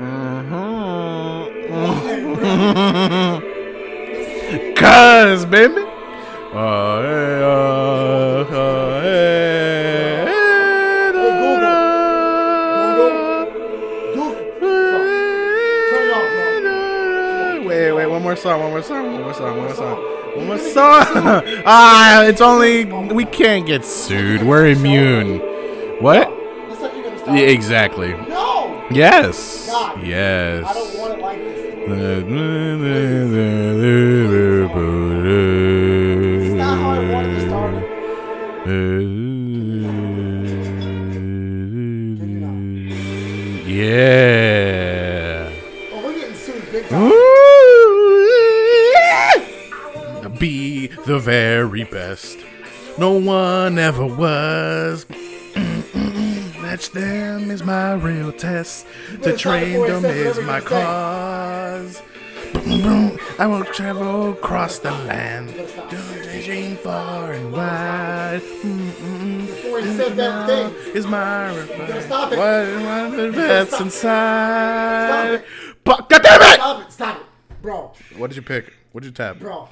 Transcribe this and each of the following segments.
Mm. Cuz, baby. Uh, hey, uh, uh, hey, hey, uh, da, da. uh, Wait, wait, one more song, one more song, one more song, one more song. One more song. ah, it's only we can't get sued. We're immune. What? Looks like you're gonna stop. Yeah, exactly. No! Yes. God. Yes. I don't want it like this. It's not how I wanted to start it. Yeah. Oh, we're getting sued big time. Ooh. Be the very best. No one ever was. Match them is my real test. To better stop train before I them said is whatever my you say. cause. Boom, boom. I will travel across the land, ranging far and wide. Before he said that thing. Is my reply. stop it. What am I that's stop. inside? Stop it. But God damn it! Stop it, stop it. Bro, What did you pick? What did you tap? bro.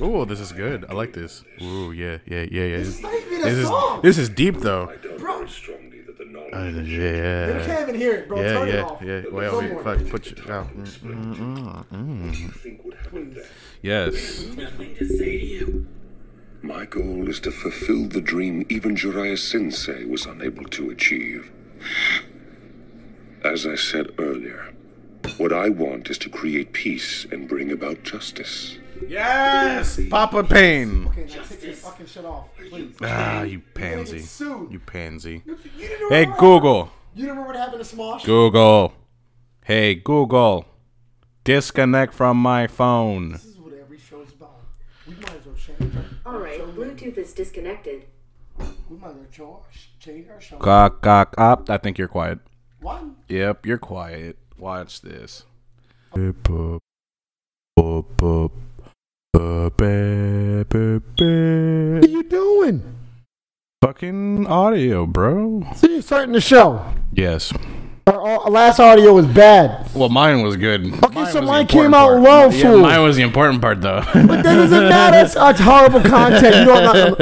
Ooh, this is good. I like this. Ooh, yeah, yeah, yeah, yeah. This is not even a this song. Is, this is deep though. Bro. strongly that the knowledge Uh, You yeah. can't even hear it, bro. Yeah, Turn it yeah, off. yeah. Wait, Somewhere. wait, fuck, put your, oh, mm, you think would happen there. yes. My goal is to fulfill the dream even Jiraiya Sensei was unable to achieve. As I said earlier, what I want is to create peace and bring about justice. Yes! Papa Payne. Okay, now take your fucking shit off, please. Ah, you gonna get pansy. sued. You pansy. You didn't Hey, remember- Google. You remember what happened to Smosh? Google. Hey, Google. Disconnect from my phone. This is what every show's about. We might as well change. our- All right, Bluetooth is disconnected. We might as well cho- change our show. Cock, cock, up. I think you're quiet. One. Yep, you're quiet. Watch this. What are you doing? Fucking audio, bro. So you're starting the show. Yes. Our, our last audio was bad. Well, mine was good. Okay, so was the mine important came out part. low, Yeah, fool. mine was the important part, though. But that doesn't matter. It's, it's horrible content. You know, I'm not-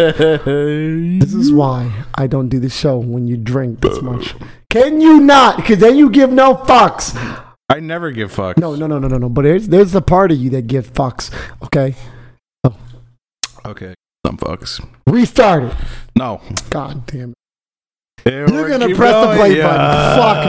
this is why I don't do the show when you drink this much. Can you not? Because then you give no fucks. I never give fucks. No, no, no, no, no, no. But there's there's the part of you that give fucks. Okay, Okay. Some fucks. restart it. No. God damn it. You're gonna press the play button. Fuck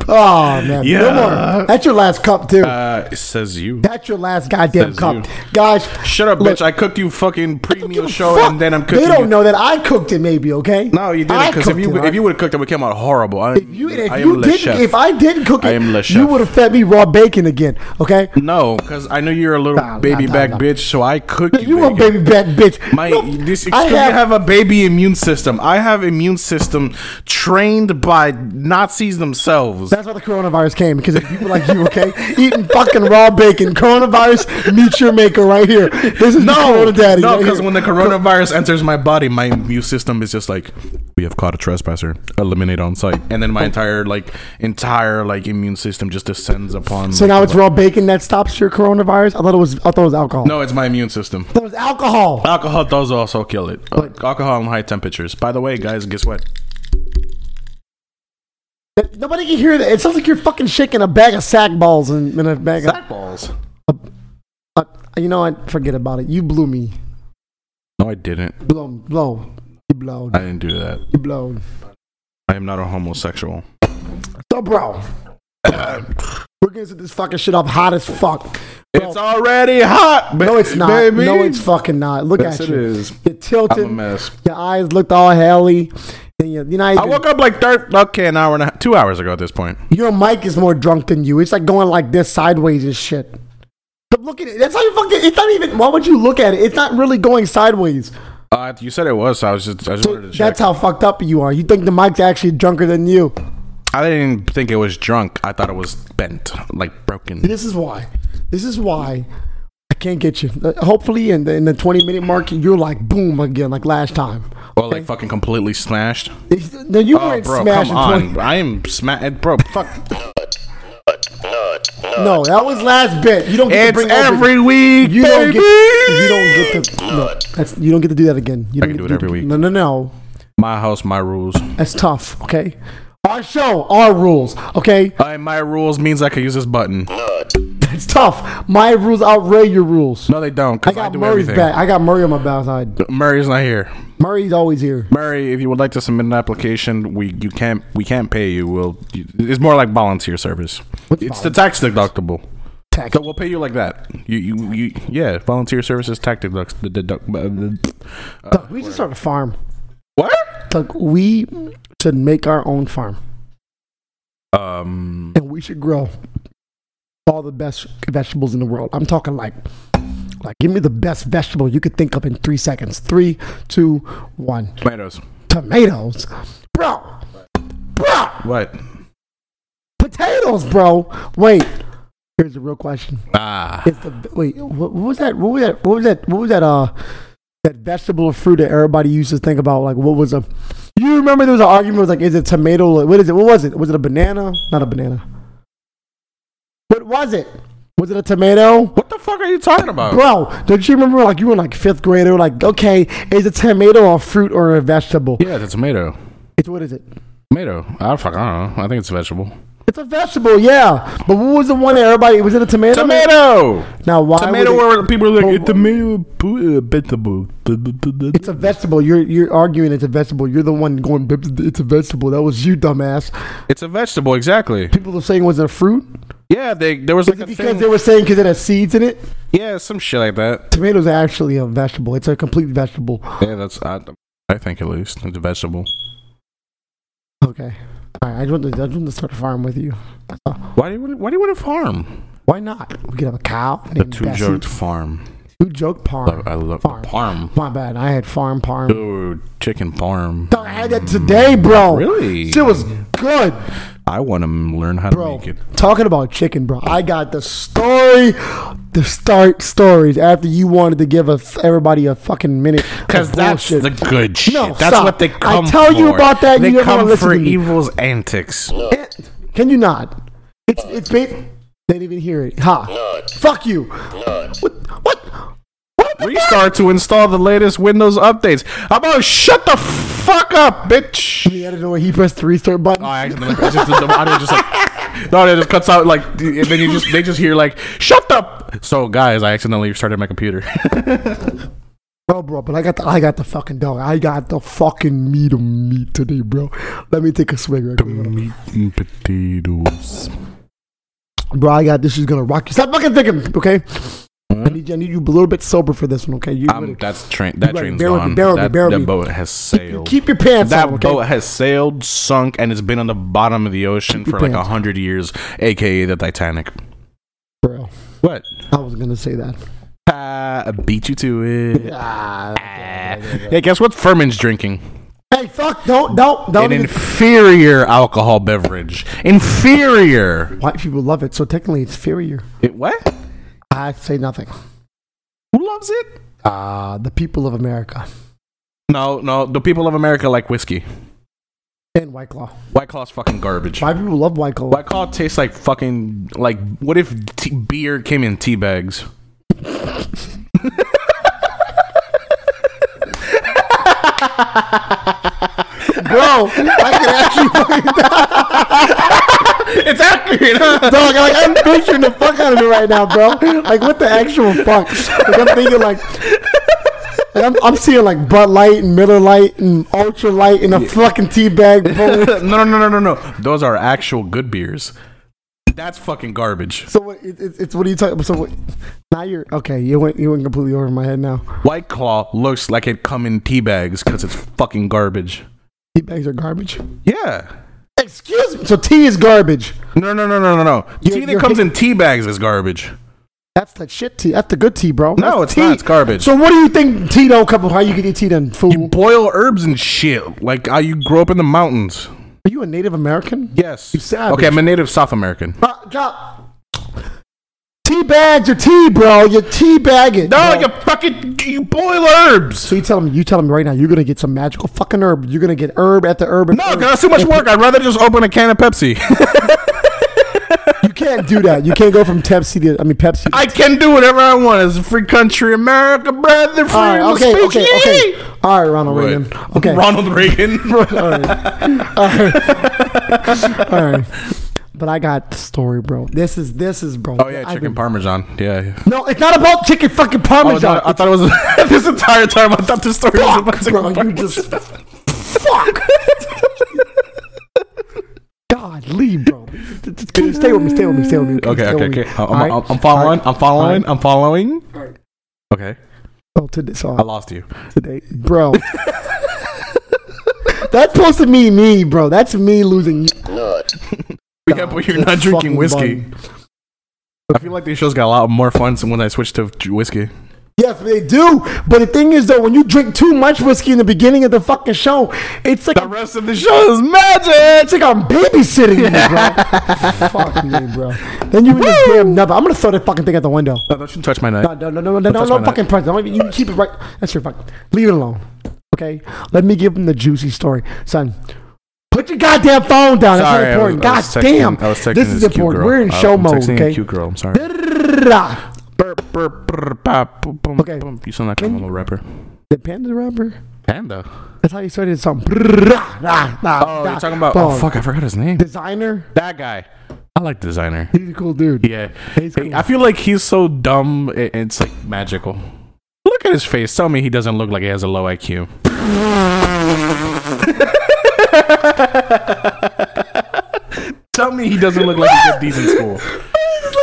me. Oh man, no Yeah. more. That's your last cup too. Uh, it says you. That's your last goddamn Says cup, you. guys. Shut up, Look, bitch. I cooked you fucking don't pre-meal give a show, fuck. and then I'm cooking They don't you. know that I cooked it. Maybe okay. No, you didn't. I Because if cooked you it, if you alright? would have cooked it, it would came out horrible. I, If you, if I am you Le didn't, Chef. if I did cook I it, am Le you Chef. would have fed me raw bacon again. Okay, no, because I knew you were a little Nah, baby nah, back nah, nah. bitch, so I cooked you. you were a bacon. baby bat bitch. My No, this I excuse me, I have a baby immune system. I have immune system trained by Nazis themselves. That's why the coronavirus came because of people like you, okay, eating fucking raw bacon. Coronavirus meet your maker right here. This is no, no, Corona Daddy. Oh, no, right because here. when the coronavirus enters my body, my immune system is just like, we have caught a trespasser, eliminate on site, and then my Oh. entire like entire like immune system just descends upon. so now it's raw bacon that stops your coronavirus. I thought it was. I thought it was alcohol. no, it's my immune system. it was alcohol. Alcohol does also kill it. Alcohol and high temperatures. By the way, guys, guess what? Nobody can hear that. It sounds like you're fucking shaking a bag of sack balls and in a bag of. balls. Uh, you know what? Forget about it. You blew me. No, I didn't. Blow, blow. You blown. I didn't do that. You blown. I am not a homosexual. So, bro, we're gonna set this fucking shit up hot as fuck. Bro. It's already hot. no, it's not. Baby. No, it's fucking not. Look Yes, at it you. is. You're tilted. I'm a mess. Your eyes looked all helly. And you, you're, not I even, woke up like thir- okay, an hour and a half, two hours ago at this point. your mic is more drunk than you. It's like going like this sideways and shit. But look at it. That's how you fucking. It's not even. Why would you look at it? It's not really going sideways. Uh, you said it was. So I was just. I just wanted to check. That's how fucked up you are. You think the mic's actually drunker than you. I didn't think it was drunk. I thought it was bent, like broken. This is why. This is why I can't get you. Uh, Hopefully, in the, in the 20 minute mark, you're like boom again, like last time. Or like fucking completely smashed. It's- No, you Oh, weren't bro, smashing eh, come on. 20. I am sma Bro, fuck. No, that was last bit. You don't get to It's bring every week, You don't baby. get. You don't get to. No, that's you don't get to do that again. You I can don't get do it to every that- week. No, no, no. My house, my rules. That's tough. Okay. Our show, our rules. Okay, Uh, my rules means I can use this button. it's tough. My rules outweigh your rules. No, they don't. I Cause I, got do Murray's everything. back. I got Murray on my bad side. Murray's not here. Murray's always here. Murray, if you would like to submit an application, we you can't we can't pay you. We'll you- it's more like volunteer service. it's the tax deductible. Tax. So we'll pay you like that. You you, you yeah, volunteer services tax deduct the deduct. uh, the- Look, we should start a farm. What? Look, we should make our own farm, Um, and we should grow all the best vegetables in the world. I'm talking like, like, give me the best vegetable you could think of in three seconds. Three, two, one. tomatoes. Tomatoes, bro, bro. What? Potatoes, bro. Wait. Here's the real question. Ah, It's the wait. What, what was that? What was that? What was that? What was that? Uh, that vegetable or fruit that everybody used to think about. Like, what was a? You remember there was an argument. It was like, is it tomato? Like, What is it? What was it? Was it a banana? Not a banana. What was it? Was it a tomato? what the fuck are you talking about? Bro, don't you remember? Like you were in like fifth grade. They were like, okay, is a tomato a fruit or a vegetable? Yeah, it's a tomato. It's what is it? Tomato. I don't fuck. I don't know. I think it's a vegetable. It's a vegetable, yeah. But what was the one that everybody? Was it a tomato? Tomato. Now why? would Tomato. it- Where people are like Well, it's tomato po- uh, vegetable. It's a vegetable. You're you're arguing it's a vegetable. You're the one going. "Bip, It's a vegetable. That was you, dumbass. It's a vegetable. Exactly. People are saying was it a fruit? Yeah, they there was like Is a it because thing. they were saying because it has seeds in it? Yeah, some shit like that. Tomatoes are actually a vegetable. It's a complete vegetable. Yeah, that's I, I think at least it's a vegetable. Okay. All right. I just want to, I just want to start a farm with you. Uh, Why do you want? Why do you want to farm? Why not? We could have a cow. The Named two Bessie. joked farm. Two joke parm. I love Farm. farm. My bad. I had farm parm. Dude, chicken farm. I had that today, bro. Really? Shit was good. I want to learn how bro. to make it. Talking about chicken, bro. I got the story, the start stories after you wanted to give us everybody a fucking minute. of Cause that's bullshit. the good shit. No, that's stop. what they I come tell you for. about that, They you never come wanna listen for to me. evil's antics. Can you not? It's it's ba- they didn't even hear it. Ha! Fuck you! What? What? What? the fuck? Restart to install the latest Windows updates. How about shut the fuck up, bitch? The editor when he pressed the restart button. Oh, I accidentally I just, the audio just like no, it just cuts out like, and then you just they just hear like, shut up. So guys, I accidentally started my computer. Bro, bro, but I got the I got the fucking dog. I got the fucking meat of meat today, bro. Let me take a swig right quick. Meat and potatoes. Bro, I got this is gonna rock you. Stop fucking thinking, okay? Mm-hmm. I need you I need you a little bit sober for this one, okay? You Um, that's train. That Right, train's bear with me, gone. bear with me, that, bear with that me. boat has sailed. keep your pants that on, okay? boat has sailed, sunk, and it's been on the bottom of the ocean Keep your for like a pants on. hundred years, aka the Titanic. bro. What? I was gonna say that. Ah, I beat you to it. Ah, Ah. Hey, guess what? Furman's drinking. Hey, fuck! Don't, don't, don't. An Even, inferior alcohol beverage. Inferior. white people love it, so technically it's inferior. It what? I say nothing. Who loves it? Uh, the people of America No, no. The people of America like whiskey. and White Claw. White Claw's fucking garbage. White people love White Claw. White Claw tastes like fucking like. What if tea, beer came in tea bags? Bro, I can actually fucking It's accurate. huh? dog. Like I'm picturing the fuck out of it right now, bro. Like what the actual fuck? Like I'm thinking like. Like I'm, I'm seeing like Bud Light and Miller Light and Ultra Light and a fucking tea bag. Bowl. no, no, no, no, no, no. Those are actual good beers. That's fucking garbage. So what, it, it, it's what are you talking? So what, now you're okay. You went you went completely over my head now. White Claw looks like it come in tea bags because it's fucking garbage. Tea bags are garbage. Yeah. Excuse me. So tea is garbage. No, no, no, no, no, no. You're- tea that you're comes hate- in tea bags is garbage. That's the shit tea. That's the good tea, bro. No, That's it's not. It's garbage. So what do you think tea don't come? How you get your tea then, fool? You boil herbs and shit like how you grow up in the mountains. Are you a Native American? Yes. You savage. Okay, I'm a native South American. Uh, drop. Tea bags your tea, bro. You're tea bagging. No, bro. you fucking you boil herbs. So you tell me, you tell me right now, you're gonna get some magical fucking herb. You're gonna get herb at the herb. No, 'cause that's too much work. I'd rather just open a can of Pepsi. You can't do that. You can't go from Pepsi to I mean Pepsi. I can do whatever I want. It's a free country, America, brother. Free all right, okay, speech. okay, okay. All right, Ronald Right. Reagan. Okay, Ronald Reagan. all right. All right. All right. But I got the story, bro. This is this is bro. oh yeah, I've chicken been- parmesan. Yeah. yeah. No, it's not about chicken fucking Oh, no, parmesan. I thought it was this entire time. I thought this story was about It's- chicken bro, you parmesan. just fuck. God, leave, bro. Just keep- Stay with me. Stay with me. Stay with me. Okay, stay okay, with me. okay. Uh, I'm, All right, I'm, I'm all following. right, I'm following. all right. I'm following. All right. Okay, So today, so I lost you. oh, today, bro. That's supposed to mean me, bro. That's me losing. Yeah, but you're not That's drinking fucking whiskey. bun. I feel like these shows got a lot more fun when I switched to j- whiskey. Yes, they do. But the thing is, though, when you drink too much whiskey in the beginning of the fucking show, it's like The rest of the show is magic. It's like I'm babysitting you, bro. Fuck me, bro. Then you in this damn nub. I'm gonna throw that fucking thing at the window. No, don't you touch my No, knife. no, no, no, no, no, touch no my fucking present. Don't even- You keep it right. That's your fucking. Leave it alone. Okay. Let me give him the juicy story, son. Put your goddamn phone down. That's Sorry, not I was- important. I was God texting- damn. I was texting this is cute important. girl. We're in I- show I'm mode. texting a Okay. cute girl. I'm sorry. Burp, burp, burp, bop, boom, boom, Okay. boom. You sound like I'm a little rapper. The panda rapper. Panda. That's how you started the song. Oh, you're talking about. Oh, fuck! I forgot his name. Designer. That guy. I like designer. He's a cool dude. Yeah. He's cool. I feel like he's so dumb. i- It's like magical. Look at his face. Tell me he doesn't look like he has a low IQ. Tell me he doesn't look like he did decent school.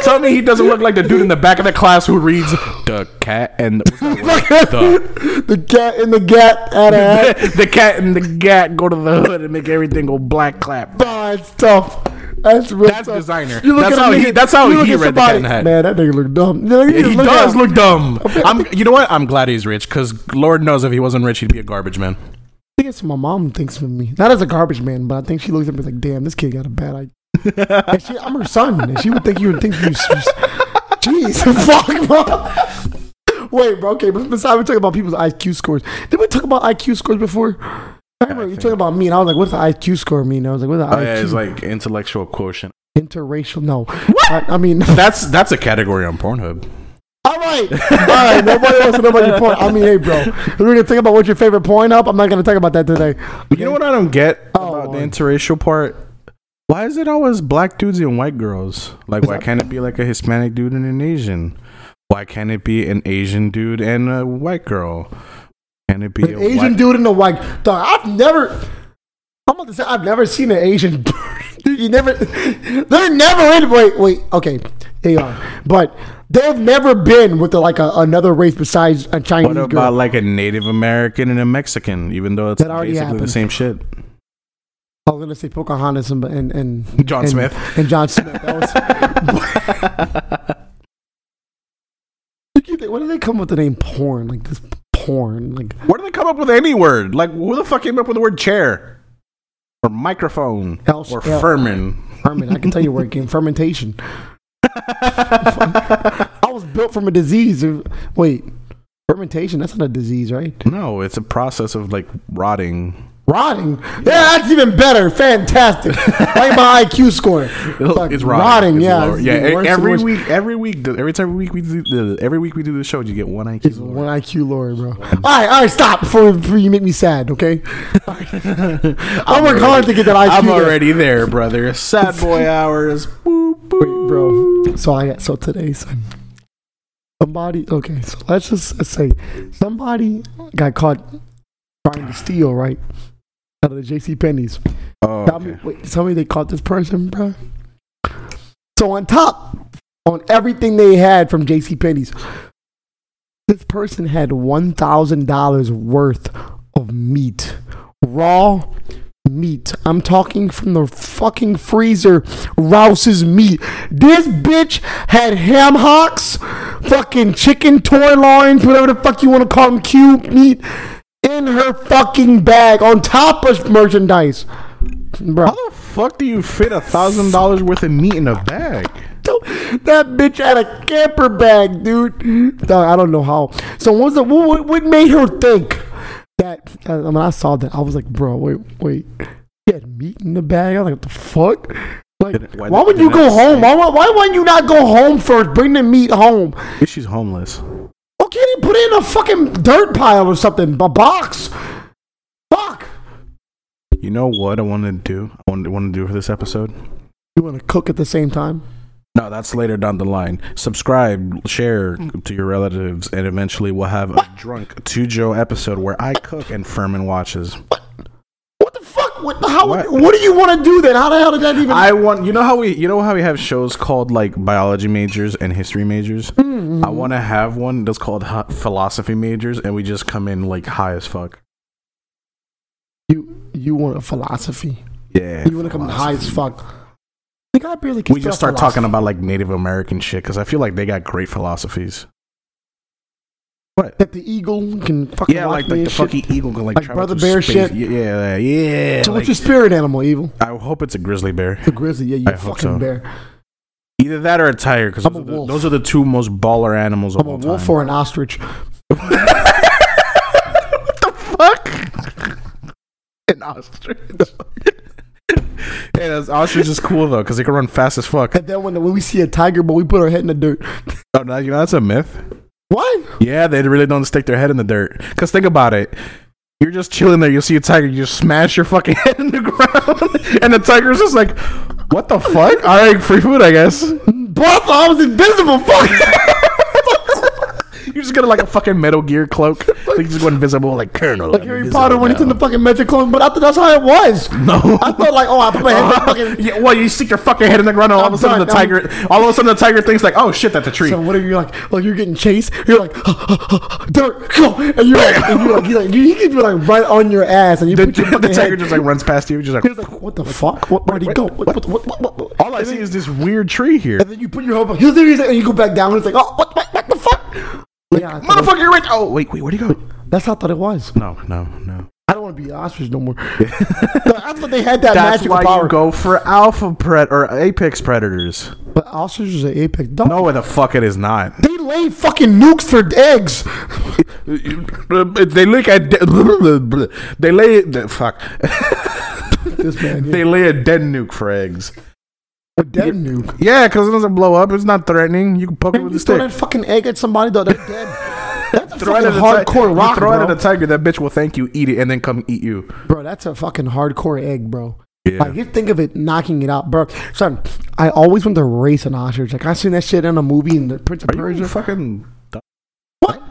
Tell me he doesn't look like the dude in the back of the class who reads the cat and what's that word? the, the cat in the gat at a. the cat and the gat go to the hood and make everything go black clap. Nah, it's tough. That's real That's tough. designer. You look That's at a how he- nigga- that's how you look he at read the somebody- Cat in the Hat. Man, that nigga look dumb. You Yeah, he does at him. look dumb. I'm, you know what? I'm glad he's rich because Lord knows if he wasn't rich, he'd be a garbage man. I think it's what my mom thinks of me. Not as a garbage man, but I think she looks at me like, "Damn, this kid got a bad idea." and she, I'm her son, and she would think you would think you. Jeez, fuck, bro. Wait, bro. Okay, but besides, we're talking about people's IQ scores. Did we talk about IQ scores before? I remember you talking about me, and I was like, "What's the IQ score mean?" I was like, "What's the IQ?" Oh, like intellectual quotient. Interracial? No. I, I mean, That's that's a category on Pornhub. All right, all right. Nobody wants to know about your point. I mean, hey, bro, if we're gonna talk about what's your favorite point up. I'm not gonna talk about that today. You know what I don't get Oh, about the Lord. interracial part? Why is it always black dudes and white girls? Like, why can't it be like a Hispanic dude and an Asian? Why can't it be an Asian dude and a white girl? Can it be An a Asian white- dude in a white dog. I've never. I'm about to say I've never seen an Asian. dude, you never. They're never in. Wait, wait. Okay, they are, but they've never been with like a, another race besides a Chinese What girl. about like a Native American and a Mexican? Even though it's That already basically the happened. same shit. I was gonna say Pocahontas and and, and John and- Smith. and John Smith. That was- You keep think- Where do they come with the name porn? Like this porn, like Where do they come up with any word? Like, who the fuck came up with the word chair? Or microphone? Else- or yeah. Furman? ferment. I can tell you where it came fermentation. I was built from a disease. of- Wait, fermentation? That's not a disease, right? No, it's a process of like rotting. Rotting. Yeah, that's even better. Fantastic. like my IQ score. Like, It's yeah, lower. it's yeah. getting e- worse and Every worse. week, every week, every time week we do the every week we do the show, you get one IQ. He's lower. one IQ lower, bro. All right, all right, stop before, before you make me sad, okay? I work hard to get that IQ. I'm there. already there, brother. Sad boy hours. Boop, boop. Wait, bro. So I so today, so somebody. Okay, so let's just say somebody got caught trying to steal, right? Out of the J.C. Penney's. Oh, Tell me, okay. wait, tell me they caught this person, bro. So on top, on everything they had from J.C. Penney's, this person had one thousand dollars worth of meat, raw meat. I'm talking from the fucking freezer, Rouse's meat. This bitch had ham hocks, fucking chicken toy loins, whatever the fuck you want to call them, cube meat. In her fucking bag, on top of merchandise, bro. How the fuck do you fit a thousand dollars worth of meat in a bag? Don't- that bitch had a camper bag, dude. Dog, I don't know how. So what was the what, what- what made her think that? uh, I mean, I saw that. I was like, bro, wait, wait. She had meat in the bag. I was like, what the fuck? Like, Didn't- why, why would didn't you go it say- home? Why, why, why wouldn't you not go home first? Bring the meat home. She's homeless. Okay, they put it in a fucking dirt pile or something. A box. Fuck. You know what I want to do? I want to do for this episode? You want to cook at the same time? No, that's later down the line. Subscribe, share to your relatives, and eventually we'll have a drunk to Joe episode where I cook and Furman watches. What the fuck? What? How? What, What? what do you want to do then? How the hell did that even? I want you know how we you know how we have shows called like biology majors and history majors. Mm-hmm. I want to have one that's called ho- philosophy majors, and we just come in like high as fuck. you you want a philosophy? Yeah, You want to come high as fuck? The guy barely. can we just spell start talking philosophy. about like Native American shit because I feel like they got great philosophies. What? that the eagle can fucking Yeah, watch like me like and the shit. fucking eagle can like, Like travel Brother through Bear space. shit? Yeah, yeah. So like- what's your spirit animal, evil? I hope it's a grizzly bear. The grizzly. Yeah, you I hope fucking so. bear. Either that or a tiger, because I'm a those, are the- wolf. those are the two most baller animals of I'm a all time. wolf or an ostrich. what the fuck? An ostrich. yeah, those ostrich is cool though, because they can run fast as fuck. And then when, the, when we see a tiger, but we put our head in the dirt. Oh, no, you know that's a myth. What? Yeah, they really don't stick their head in the dirt. Because think about it. You're just chilling there, you see a tiger, you just smash your fucking head in the ground, and the tiger's just like, what the fuck? All right, free food, I guess. But I thought I was invisible. Fuck. You're just gonna like a fucking Metal Gear cloak. Like you just go invisible, like Colonel. Like I'm Harry invisible Potter when it's in the now. fucking magic clone, but I thought that's how it was. No. I thought like, oh, I put my head in the fucking. yeah, well, you stick your fucking head in the ground, and all I'm of a sudden done. the tiger, all of a sudden the tiger thinks like, "Oh shit, that's a tree." So what are you like? Like you're getting chased. You're like dirt, go, and you're like, and you're like, you're like, you you could be like right on your ass, and you the, put your the fucking tiger head. just like runs past you, just He's like. like, what the fuck? What, where'd he go? What, what, what, what, what? All I see is this weird tree here. And then you put your hope. Here's the reason, and you go back down. And it's like, oh, what, what, what the fuck? yeah, I thought it- Motherfucker, you're rich. Oh wait, wait, where'd he go? that's how I thought it was. No, no, no. I don't want to be an ostrich no more. I thought they had that That's magical why power. you go for alpha pred or apex predators. But ostriches are apex. Don't, No, the fuck it is not. They lay fucking nukes for eggs. They look at de- they lay fuck. This man, They lay a dead nuke for eggs. a dead nuke. Yeah, because it doesn't blow up. It's not threatening. You can poke it You with a throw that stick. fucking egg at somebody, though, they're dead. That's a Throw it fucking at a hardcore ti- rock, you throw bro. it at a tiger. That bitch will thank you, eat it, and then come eat you. bro, that's a fucking hardcore egg, bro. Yeah. Like, you think of it knocking it out, bro. Son, I always wanted to race an ostrich. Like, I seen that shit in a movie in the Prince of Are you Persia. fucking? What?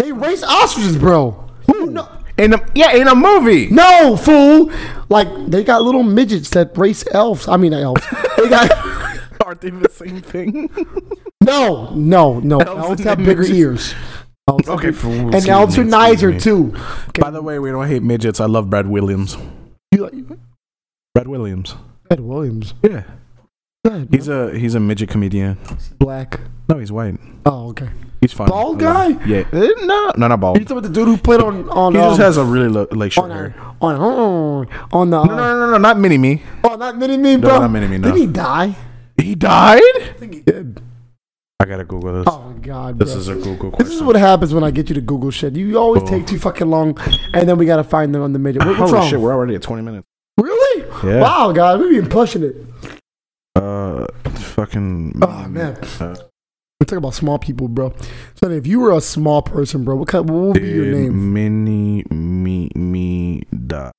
They race ostriches, bro. Who no, In a, yeah, in a movie. no, fool. Like, they got little midgets that race elves. I mean, elves. They got. Aren't they the same thing? No, no, no. Elves Elves and have bigger midgets. ears. Elves have Okay, big- fool, and excuse elves me, are excuse nicer me. too. Okay, By the way, we don't hate midgets. I love Brad Williams. you like- Brad Williams. Ed Williams. Yeah, Good. he's a he's a midget comedian. black. No, he's white. Oh, okay. He's funny. Bald I love- guy? Yeah, Eh, no, no, not You bald. talking about the dude who played on on He just um, has a really lo- like short on hair. our- on on on the uh, No, no, no, no, not Mini Me. oh not mini me No, bro. not Mini Me, no. Did he die? He died. I think he did. I gotta Google this. Oh god, bro. This is a Google question. This is what happens when I get you to Google shit. You always take too fucking long, and then we gotta find them on the midget. What, what's Holy wrong? shit, we're already at 20 minutes. Really? Yeah. Wow, guys, we've been pushing it. Uh, fucking. Oh, man. Uh, We're talking about small people, bro. So if you were a small person, bro, what kind, what would be your did name? Mini me me die.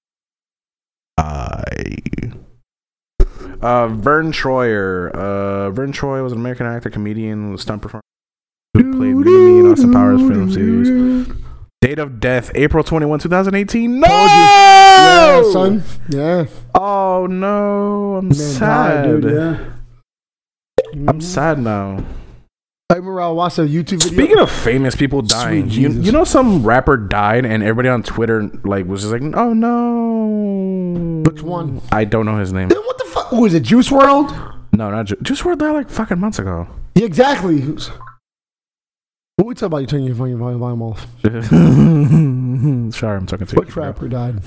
Uh, Vern Troyer. Uh, Vern Troyer was an American actor, comedian, stunt performer who played Mini Me in Austin Powers film series. Date of death: April 21, 2018. No, Yeah, son. Yeah. Oh no, I'm Man, sad. die, dude, yeah. I'm sad now. I remember I watched a YouTube video. Speaking of famous people dying, Sweet you, Jesus. you know some rapper died and everybody on Twitter like was just like, "Oh no." Which one? I don't know his name. Then what the fuck was it? Juice World? No, not Ju- Juice WRLD died like fucking months ago. Yeah, exactly. What we talking about? You turning your fucking volume, volume off. Sorry, I'm talking to you. Which rapper died?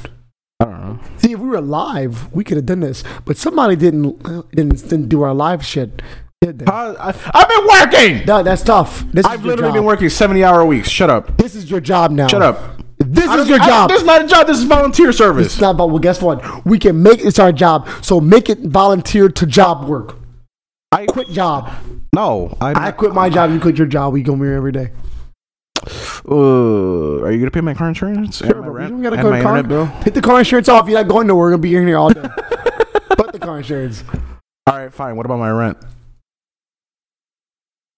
I don't know. See, if we were live, we could have done this, but somebody didn't didn't, didn't do our live shit. Did they? I, have been working. No, that's tough. This is I've your literally job. been working 70 hour weeks. Shut up. This is your job now. Shut up. This I is don't- your I don't- job. This is not a job. This is volunteer service. It's not about well. Guess what? We can make it's our job. So make it volunteer to job work. I Quit job. No, I'm I quit my job. You quit your job. We go here every day. Uh, are you gonna pay my car insurance? and my Bro, rent you gotta and go my car- internet bill. Hit the car insurance off. You're not going nowhere. We're gonna be in here all day. but the car insurance. All right, fine. What about my rent?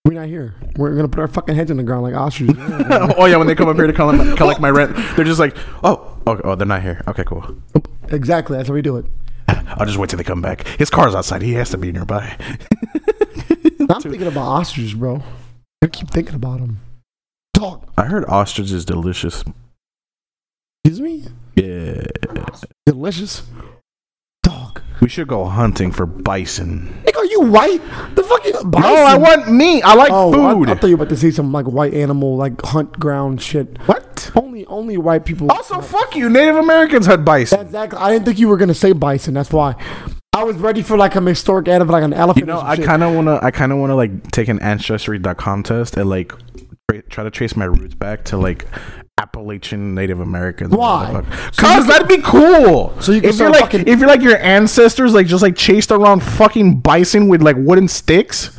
We're not here. We're gonna put our fucking heads in the ground like ostriches. oh yeah, when they come up here to collect, collect my rent, they're just like, oh, okay, oh, they're not here. Okay, cool. exactly. That's how we do it. I'll just wait till they come back. His car's outside. He has to be nearby. I'm thinking about ostriches, bro. I keep thinking about them. Dog. I heard ostrich is delicious. Excuse me. Yeah, Delicious. Dog. we should go hunting for bison. Nick, are you white? The fucking bison. No, I want meat. I like Oh, food. I, I thought you were about to see some like white animal, like hunt ground shit. what? Only, only white people. Also, fuck you. Native Americans had bison. exactly. I didn't think you were gonna say bison. That's why. I was ready for like an historic animal, like an elephant. You know, or some I shit. kind of wanna, I kind of wanna like take an ancestry.com test and like tra- try to trace my roots back to like Appalachian Native Americans. Why? Because that'd be cool. So you can if you're start like, fucking- if you're like your ancestors, like just like chased around fucking bison with like wooden sticks.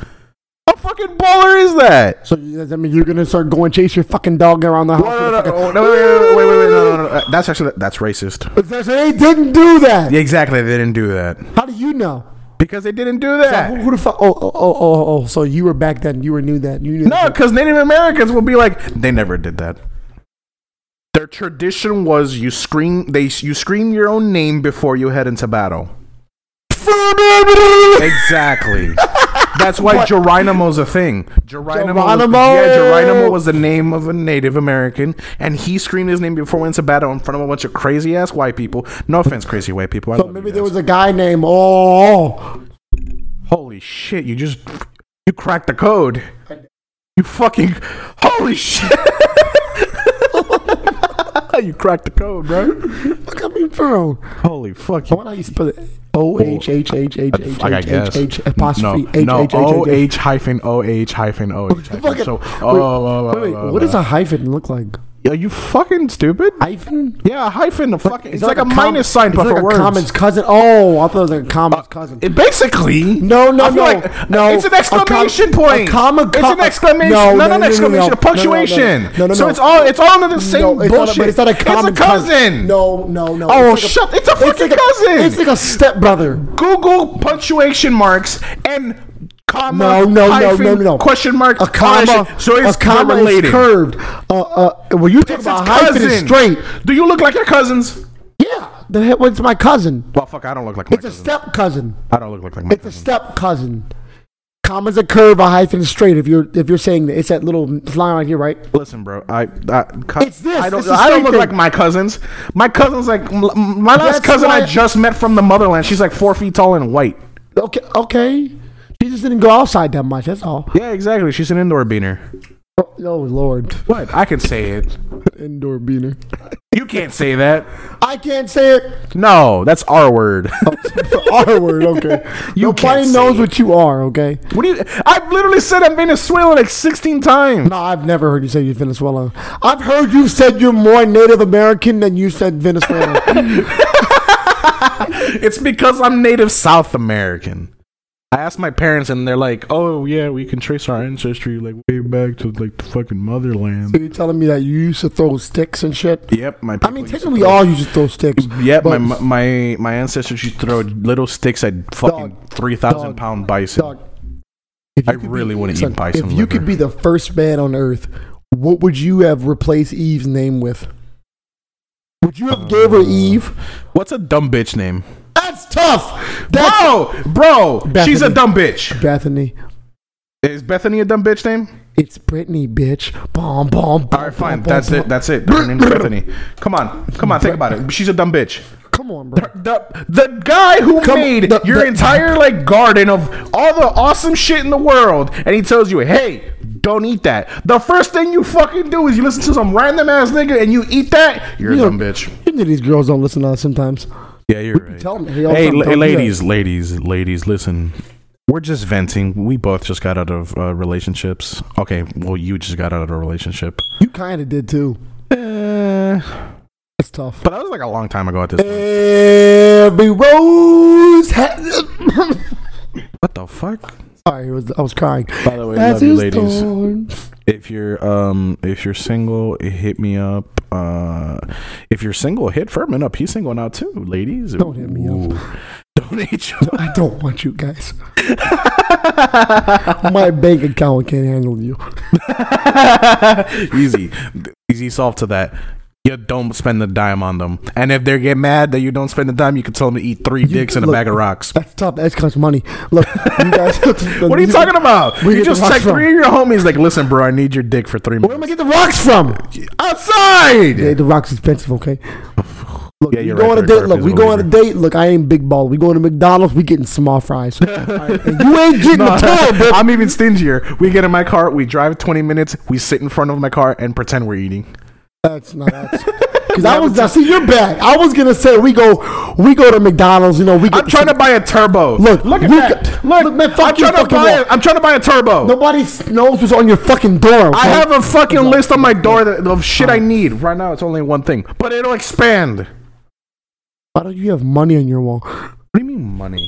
How fucking baller is that? So you- does that mean you're gonna start going chase your fucking dog around the house? No, with no, a no, fucking- no, no, wait, wait, wait, wait, wait, no, no, no, no. That's actually that's racist. But that's- they didn't do that. Yeah, exactly. They didn't do that How do you know? because they didn't do Who, that. who the fuck? Oh, oh, oh, oh, oh. So you were back then. You were knew that. You knew. No, because Native Americans will be like, they never did that. Their tradition was you scream they you scream your own name before you head into battle. Exactly. That's why Geronimo's a thing. Geronimo, Geronimo! yeah, Geronimo was the name of a Native American, and he screamed his name before he went to battle in front of a bunch of crazy ass white people. No offense, crazy white people. I So love maybe you there guys. was a guy named Oh. Holy shit! You just you cracked the code. You fucking holy shit! you cracked the code, bro. Look at me, bro. Holy fuck! I wonder how you spell it. O H H H H H I H H guess. H apostrophe H no, H H O H H. H hyphen O H hyphen O H. hyphen. Fucking- So, wait, oh, oh, oh, Wait, oh, wait, what oh. does a hyphen look like? Are you fucking stupid? Hyphen? Yeah, a hyphen. The fucking. It's, like, a, com- minus sign, it's but like for a words. Common's cousin. Oh, I thought it was like a common's cousin. It basically. No, no, I feel no, like- no. It's an A com- exclamation a point. comma- it's an comma- exclamation. no, No, no, not no, an no, no, exclamation. no. A punctuation. No, no, no, no. So it's all. It's all under the same No, it's not, bullshit. a- but it's not a common It's a cousin. No, no, no. Oh, It's like a- shut! It's a fucking it's like a, cousin. It's like a stepbrother. Google punctuation marks and comma. No, no, no, hyphen, no, no. Question mark. A comma. slash. So it's a comma not related. is curved. Uh, uh, when you talk It's his about hyphen, it's cousin. straight. Do you look like your cousins? Yeah, the hell- what's my cousin? Well, fuck. I don't look like my It's a cousin. step cousin. I don't look like my It's a cousin. step cousin. Comma's a curve, a hyphen is straight. If you're if you're saying that, it's that little line right here, right? Listen, bro. I, I cu- It's this, I don't, it's the I don't same look thing. like my cousins. My cousins like m- m- my last That's cousin I why- just met from the motherland. She's like four feet tall and white. Okay, okay. She just didn't go outside that much. That's all. Yeah, exactly. She's an indoor beaner. Oh, oh, Lord, What? I can say it. indoor beaner. You can't say that. I can't say it. No, that's our word. R word. Okay. You can't Nobody say knows it. what you are. Okay. what do you? I've literally said I'm Venezuelan like sixteen times. No, I've never heard you say you're Venezuelan. I've heard you said you're more Native American than you said Venezuelan. It's because I'm native South American. I asked my parents, and they're like, "Oh yeah, we can trace our ancestry like way back to like the fucking motherland." you're telling me that you used to throw sticks and shit. Yep, my. I people mean, used to technically, throw- all used to throw sticks. Yep, my but- my my ancestors used to throw little sticks at fucking Dog. three thousand Dog. pound bison. Dog, if I you could really wanna eat son, bison If you could liver. be the first man on Earth, what would you have replaced Eve's name with? Would you have gave Uh, her Eve? What's a dumb bitch name? That's tough. That's bro, bro, she's a Bethany. dumb bitch. Bethany. Is Bethany a dumb bitch name? It's Brittany, bitch. Bomb, bomb. All right, fine. That's it. That's it. Her name's Bethany. Come on, come on. Think about it. She's a dumb bitch. Come on, bro. The the guy who Come- made the- your the- entire like garden of all the awesome shit in the world, and he tells you, "Hey, don't eat that." The first thing you fucking do is you listen to some random ass nigga and you eat that. You're a You know- dumb bitch. You know these girls don't listen to us sometimes. Yeah, you're right. Tell them. Hey, all the Hey, time, la- don't do that. ladies, ladies, ladies, listen. We're just venting. We both just got out of uh, relationships. Okay, well, you just got out of a relationship. You kind of did too. Eh, That's tough. but that was like a long time ago at this point. Eh. Every rose has. What the fuck? Sorry, I was, I was crying. By the way, As love you, is ladies. dawn. If you're um if you're single, hit me up. Uh, if you're single, hit Furman up. He's single now too, ladies. Don't hit me up. up. Don't hit you. I don't want you guys. My bank account can't handle you. easy, easy solve to that. You don't spend the dime on them, and if they get mad that you don't spend the dime, you can tell them to eat three dicks and a look- bag of rocks. That's tough. That's cost money. Look, you guys. What are you talking about? Where you You get just the rocks text from? three of your homies like, listen, bro, I need your dick for three Where am I minutes. get the rocks from? Outside. Yeah, the rocks expensive. Okay. Look, Yeah, you you're go right, on a third date. person Look, we is go a on a loser. date. Look, I ain't big baller. We go to McDonald's. We getting small fries. All right, and you ain't getting a toy, bro. I'm even stingier. We get in my car, we drive 20 minutes, we sit in front of my car and pretend we're eating. That's not. Because I was. I see you're back. I was gonna say we go. We go to McDonald's. You know, we. Get I'm trying to buy a turbo. Look, look at we that. got- look, look, man, fuck I'm you, trying to fucking buy. wall. A, I'm trying to buy a turbo. Nobody knows what's on your fucking door. I okay? have a fucking list on my door that, of shit I need. Right now, it's only one thing, but it'll expand. What Why don't you have money on your wall? do you mean money?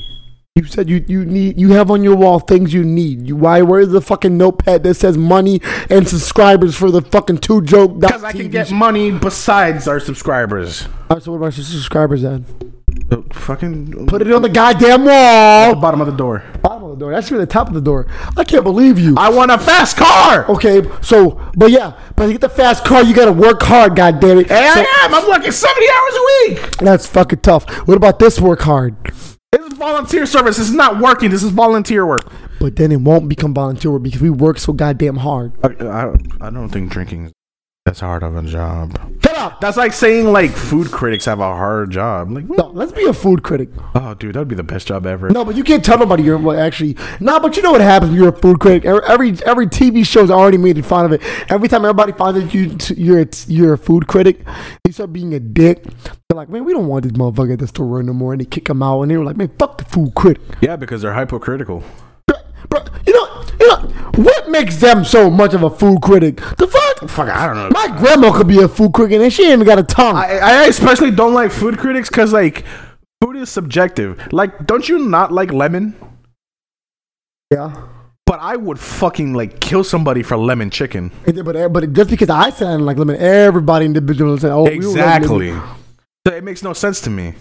You said you, you need you have on your wall things you need. You why where's the fucking notepad that says money and subscribers for the fucking two joke? Because I can get money besides our subscribers. so what about your subscribers then? Uh, fucking Put it on the goddamn at wall. the bottom of the door. Bottom of the door. That's really the top of the door. I can't believe you. I want a fast car. okay, so but yeah, but to get the fast car, you gotta work hard. Goddamn it. Hey, So- I am. I'm working 70 hours a week. that's fucking tough. What about this work hard? This is volunteer service. This is not working. This is volunteer work. But then it won't become volunteer work because we work so goddamn hard. I, I, I don't think drinking is that's hard of a job. Shut up. That's like saying like food critics have a hard job. Like, No, let's be a food critic. oh, dude, that'd be the best job ever. No, but you can't tell nobody you're well, actually. Nah, but you know what happens when you're a food critic. Every every, every TV show's already made fun of it. Every time everybody finds out you you're a, you're a food critic, they start being a dick. They're like, man, we don't want this motherfucker at the store no more, and they kick him out. And they were like, man, fuck the food critic. Yeah, because they're hypocritical. Bro, you know, you know what makes them so much of a food critic? The fuck. Fuck, I don't know. My grandma could be a food critic, and she ain't even got a tongue. I, I especially don't like food critics because like food is subjective. Like, don't you not like lemon? yeah. But I would fucking like kill somebody for lemon chicken. And then- But, but just because I said I didn't like lemon, everybody individually said, "Oh, we don't like lemon." Exactly. So it makes no sense to me.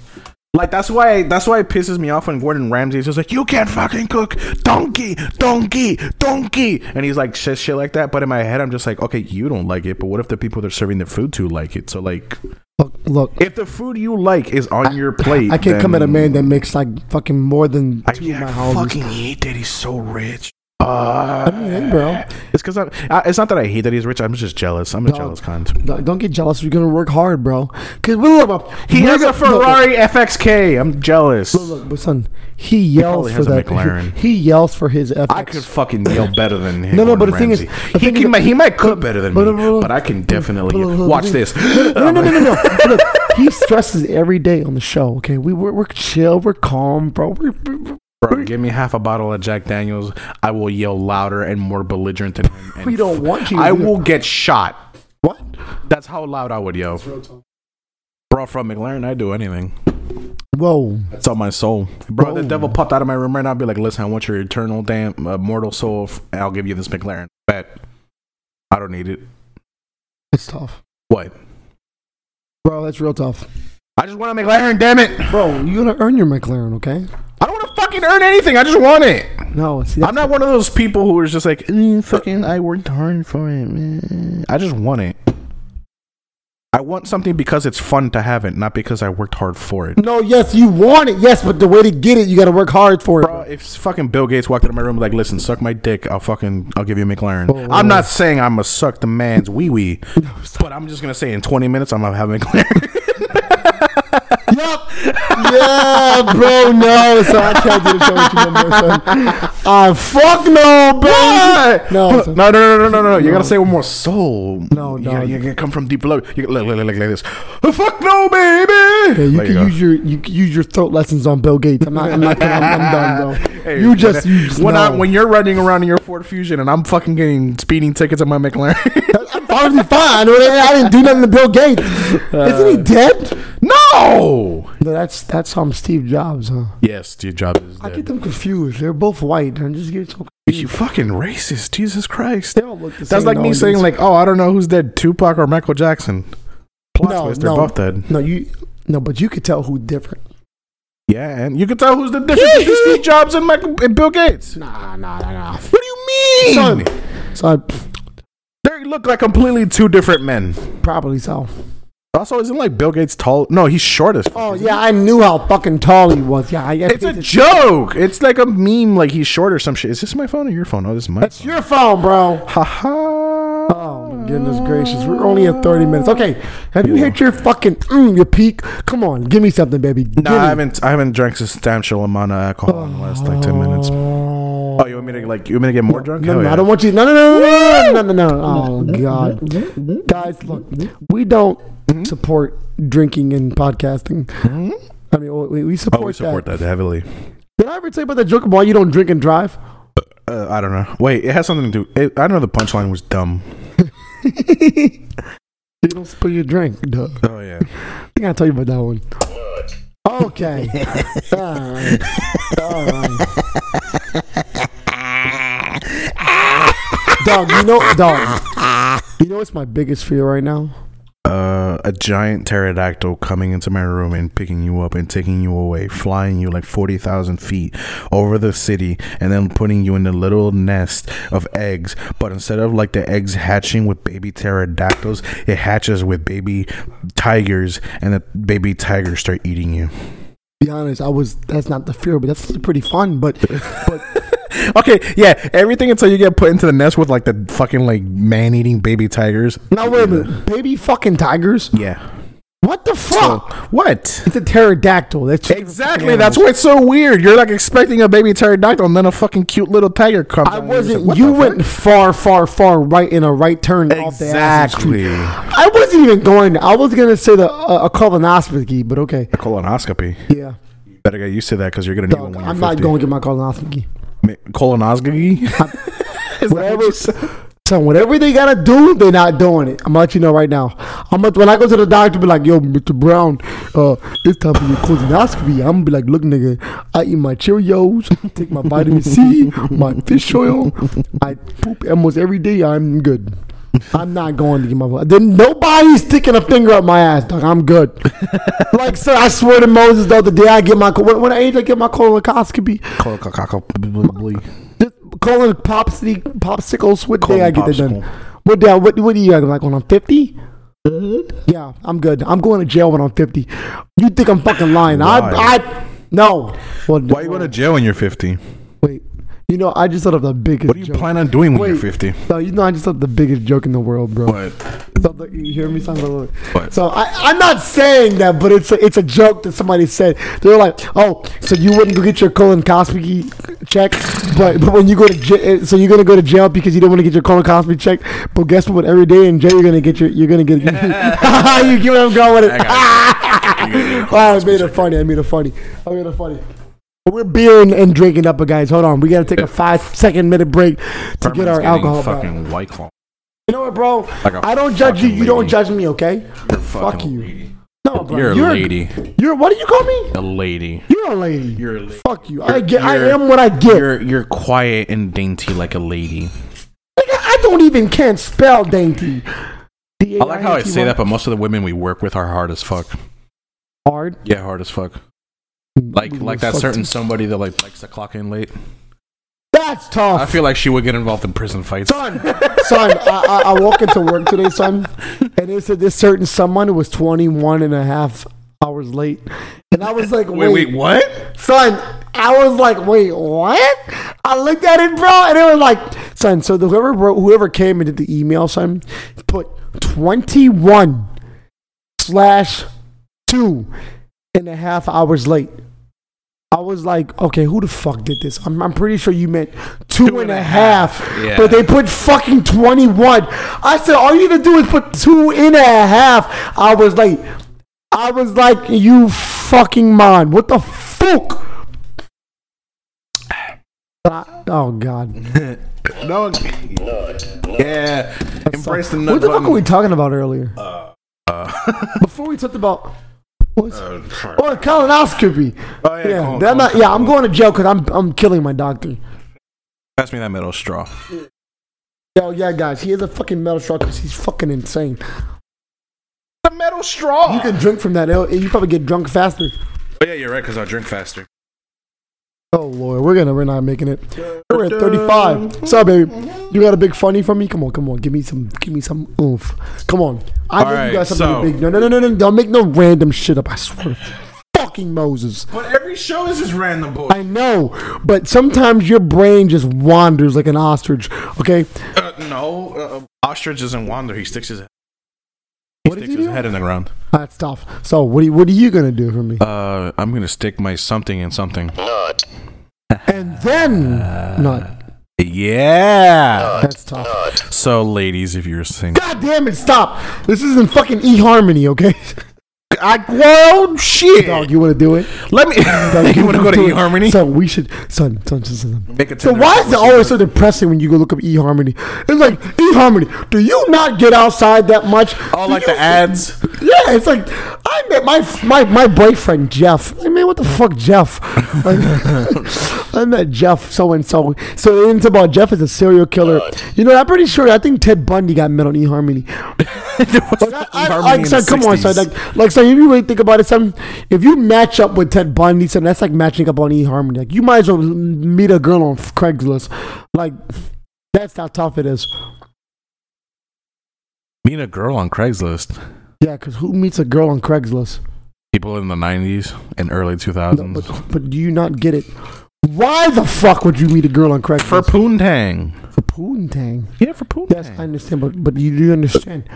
Like that's why that's why it pisses me off when Gordon Ramsay is just like, "You can't fucking cook, donkey, donkey, donkey," and he's like shit, shit like that. But in my head, I'm just like, okay, you don't like it, but what if the people they're serving the food to like it? So like, Look, look, if the food you like is on your plate, I can't come at a then- man that makes like fucking more than I two of yeah, my I houses. fucking hate that he's so rich. Uh, hey, bro. It's because I'm. I, it's not that I hate that he's rich. I'm just jealous. I'm a jealous cunt. Don't- Don't get jealous. You're gonna work hard, bro. Cause we look, up- He we're has gonna- a look, Ferrari FXK. I'm jealous. Look, look, but son, he yells probably for has a that. McLaren. He, yells for his FX. I could fucking yell better than him. No, no, Gordon but the thing is- Ramsay. the he thing can, is- ma- he might cook better than me, but- but- but I can definitely but- but- but- watch but- this. no, no, no, no, no. look, he stresses every day on the show. Okay, we we're, we're chill, we're calm, bro. We're, we're, we're- Bro, give me half a bottle of Jack Daniels. I will yell louder and more belligerent than him. and we don't want you. to I do- will get shot. What? That's how loud I would yell. Bro, from McLaren, I do anything. Whoa. It's on my soul, bro. Whoa. The devil popped out of my room right now. I'd be like, "Listen, I want your eternal, damn, uh, mortal soul. f- and I'll give you this McLaren. Bet I don't need it. It's tough, What? bro. That's real tough, I just want a McLaren. Damn it! bro. You gotta earn your McLaren, okay? I don't want to fucking earn anything. I just want it. No, see, I'm not one of those people who is just like, "Mm, fucking, I worked hard for it. Man. I just want it. I want something because it's fun to have it, not because I worked hard for it. No, yes, you want it, yes, but the way to get it, you got to work hard for it. Bro, if fucking Bill Gates walked into my room like, listen, suck my dick, I'll fucking, I'll give you a McLaren. Whoa, whoa, I'm whoa. not saying I'm gonna suck the man's wee wee, but I'm just gonna say in 20 minutes I'm gonna have a McLaren. Yup. yeah, bro. No, so I can't do the show with you no more, son. I Ah, fuck no, baby. No, No, no, it's- no, no, no, no, no. You gotta say one more. Soul. No, you, dog. You gotta come from deep below. You, look, look, look, look like this. Oh, fuck no, baby. Yeah, you There can go. use your you can use your throat lessons on Bill Gates. I'm not. I'm not. I'm, I'm done, bro. Hey, you just when, you just when, I, know. when you're running around in your Ford Fusion and I'm fucking getting speeding tickets in my McLaren. I'm probably fine. I didn't do nothing to Bill Gates. Uh, Isn't he dead? no. No, that's that's um Steve Jobs, huh? Yes, Steve Jobs is I dead. get them confused. They're both white. I just get so You fucking racist, Jesus Christ. they all look the That's same like me nowadays. saying like, oh, I don't know who's dead, Tupac or Michael Jackson. Plot no, twist, they're no, both dead. no, you no, but you could tell who different. Yeah, and you can tell who's the difference between Steve Jobs and Michael and Bill Gates. Nah, nah, nah, nah. What do you mean? Son, son, They look like completely two different men. probably so. Also, isn't like Bill Gates tall? No, he's short as. fuck. Oh yeah, I knew how fucking tall he was. Yeah, I guess It's a joke. It's like a meme. Like he's short or some shit. Is this my phone or your phone? Oh, this is my. It's your phone, bro. Haha. Oh my goodness gracious! We're only at thirty minutes. Okay, have you hit your fucking mm, your peak? Come on, give me something, baby. Give No, me. I haven't. I haven't drank a substantial amount of alcohol in the last like ten minutes. Oh, you want me to like? You want me to get more drunk? No, Hell no, yeah. I don't want you. No, no, no, no, no, no, no, no. Oh God, guys, look, we don't support drinking and podcasting. I mean, Mm-hmm. we, we support, Oh, we support that. that heavily. Did I ever tell you about that joke about you don't drink and drive? Uh, I don't know. Wait, it has something to do. It, I know the punchline was dumb. You don't spill your drink. Duh. I Oh yeah. think I tell you about that one. Okay. All right. All right. dog, you know, dog. You know what's my biggest fear right now? Uh, a giant pterodactyl coming into my room and picking you up and taking you away, flying you like 40,000 feet over the city, and then putting you in the little nest of eggs. But instead of like the eggs hatching with baby pterodactyls, it hatches with baby tigers, and the baby tigers start eating you. be honest, I was that's not the fear, but that's pretty fun. But but Okay, yeah, everything until you get put into the nest with like the fucking like man eating baby tigers. now wait a minute, baby fucking tigers. Yeah. What the fuck? What? it's a pterodactyl. That's two different Exactly. fucking That's animals. why it's so weird. You're like expecting a baby pterodactyl, and then a fucking cute little tiger comes. I out and you're just wasn't. like, you "What the went far, far, far right in a right turn. fuck?" off the ass and exactly. shit. A I wasn't even going. I was gonna say the uh, a colonoscopy, but okay. colonoscopy. Yeah, Better get used to that because you're gonna need one Dog, when you're I'm not 50. going to get my colonoscopy. Ma- colonoscopy. Is that what Whatever. you said? So whatever they gotta do, they're not doing it. I'm gonna let you know right now. I'm gonna, when I go to the doctor, be like, "Yo, Mr. Brown, uh, it's time for your colonoscopy." I'm gonna be like, "Look, nigga, I eat my Cheerios, take my vitamin C, my fish oil, I poop almost every day. I'm good. I'm not going to get my then nobody's sticking a finger up my ass, dog. I'm good. like, sir, I swear to Moses, though, the day I get my when, when I age, I get my colonoscopy, Col- col- col- col- bl- bl- bl- this colon popsicle, popsicles. What Colon day I get that done? popsicle. What day? What, what do you got? Like when I'm 50? Mm-hmm. Yeah, I'm good. I'm going to jail when I'm 50. You think I'm fucking lying? Why? I, I, no. Well, Why are you going to jail when you're 50? wait? You know, I just thought of the biggest. What do you joke. plan on doing when you're Wait. 50? No, you know, I just thought of the biggest joke in the world, bro. But So, like, you hear me sound like What? So I, I'm not saying that, but it's a, it's a joke that somebody said. They're like, oh, so you wouldn't go get your colonoscopy check, but but when you go to j- eh, so you're gonna go to jail because you don't want to get your colonoscopy check. But guess what? Every day in jail, you're gonna get your you're gonna get you get where I'm going with it. Wow, I made it funny. I made it funny. I made it funny. We're beering and drinking up, uh, guys. Hold on, we gotta take a five second minute break to get our alcohol back. fucking white claw. You know what, bro? Like a I don't judge you. fucking You don't lady. judge me, okay? Fuck Fucking you. lady. No, bro. You're a lady. You're what do you call me? A lady. You're a lady. You're a lady. Fuck you. I get. I You're- am what I get. You're you're quiet and dainty like a lady. Nigga, I don't even can't spell dainty. I like how I say that, but most of the women we work with are hard as fuck. hard. Yeah, hard as fuck. Like like that Fuck certain you. somebody that like likes to clock in late. That's tough. I feel like she would get involved in prison fights. son, son, I, I, I walk into work today, son, and it said this certain someone who was 21 and a half hours late. And I was like, wait, Wait, wait, what? son, I was like, wait, what? I looked at it, bro, and it was like, son, so the, whoever wrote, whoever came and did the email, son, put 21 slash two and a half hours late. I was like, okay, who the fuck did this? I'm, I'm pretty sure you meant two and a half, yeah. but they put fucking 21. I said, all you gotta do is put two and a half. I was like, I was like, you fucking man, what the fuck? But I- oh god, No. Yeah. Embrace the nut what the fuck button. were we talking about earlier? Before we talked about. What? Oh, colonoscopy. Oh, yeah, yeah, colon- that not- colon- yeah, I'm going to jail because I'm I'm killing my doctor. Pass me that metal straw. Yo, yeah, guys, he is a fucking metal straw because he's fucking insane. The metal straw. You can drink from that. it'll- You probably get drunk faster. Oh yeah, you're right. Cause I drink faster. Oh lord, we're gonna we're not making it. We're at 35. What's up, baby? You got a big funny for me? Come on, come on, give me some, give me some oomph. Come on, I know Alright, you got something so- big. No, no, no, no, no! Don't make no random shit up. I swear, to fucking Moses. But every show is just random bull. I know, but sometimes your brain just wanders like an ostrich. Okay, Uh, no, uh, ostrich doesn't wander. He sticks his. He What does sticks he his do? head in the ground. that's tough. So what are you, what are you gonna do for me? Uh, I'm gonna stick my something in something. and then not. Yeah. That's tough. So, ladies, if you're single, God damn it! Stop. This isn't fucking eHarmony, okay? I well shit. Dog, you want to do it? let me. Dog, you want to go to do it? eHarmony? Son, we should. Son, son, son, son. son. Make a So Tinder why is it account. always so depressing when you go look up eHarmony? It's like eHarmony. Do you not get outside that much? Oh, Do like you- the ads? Yeah, it's like I met my my my boyfriend Jeff. I mean, what the fuck, Jeff? Like, I met Jeff so and so. So it's about Jeff is a serial killer. Uh, You know, I'm pretty sure. I think Ted Bundy got met on eHarmony. Like, I, I, eHarmony like, in son, the come on, son. 60s. Like, like, son, if you really think about it, son, if you match up with Ted Bundy, son, that's like matching up on eHarmony. Like, you might as well meet a girl on Craigslist. Like, that's how tough it is. Meet a girl on Craigslist. Yeah, because who meets a girl on Craigslist? People in the '90s and early No, 2000s but, but do you not get it? Why the fuck would you meet a girl on Craigslist? for poontang. For poontang. Yeah, for poontang. Yes, I understand, but but you do understand.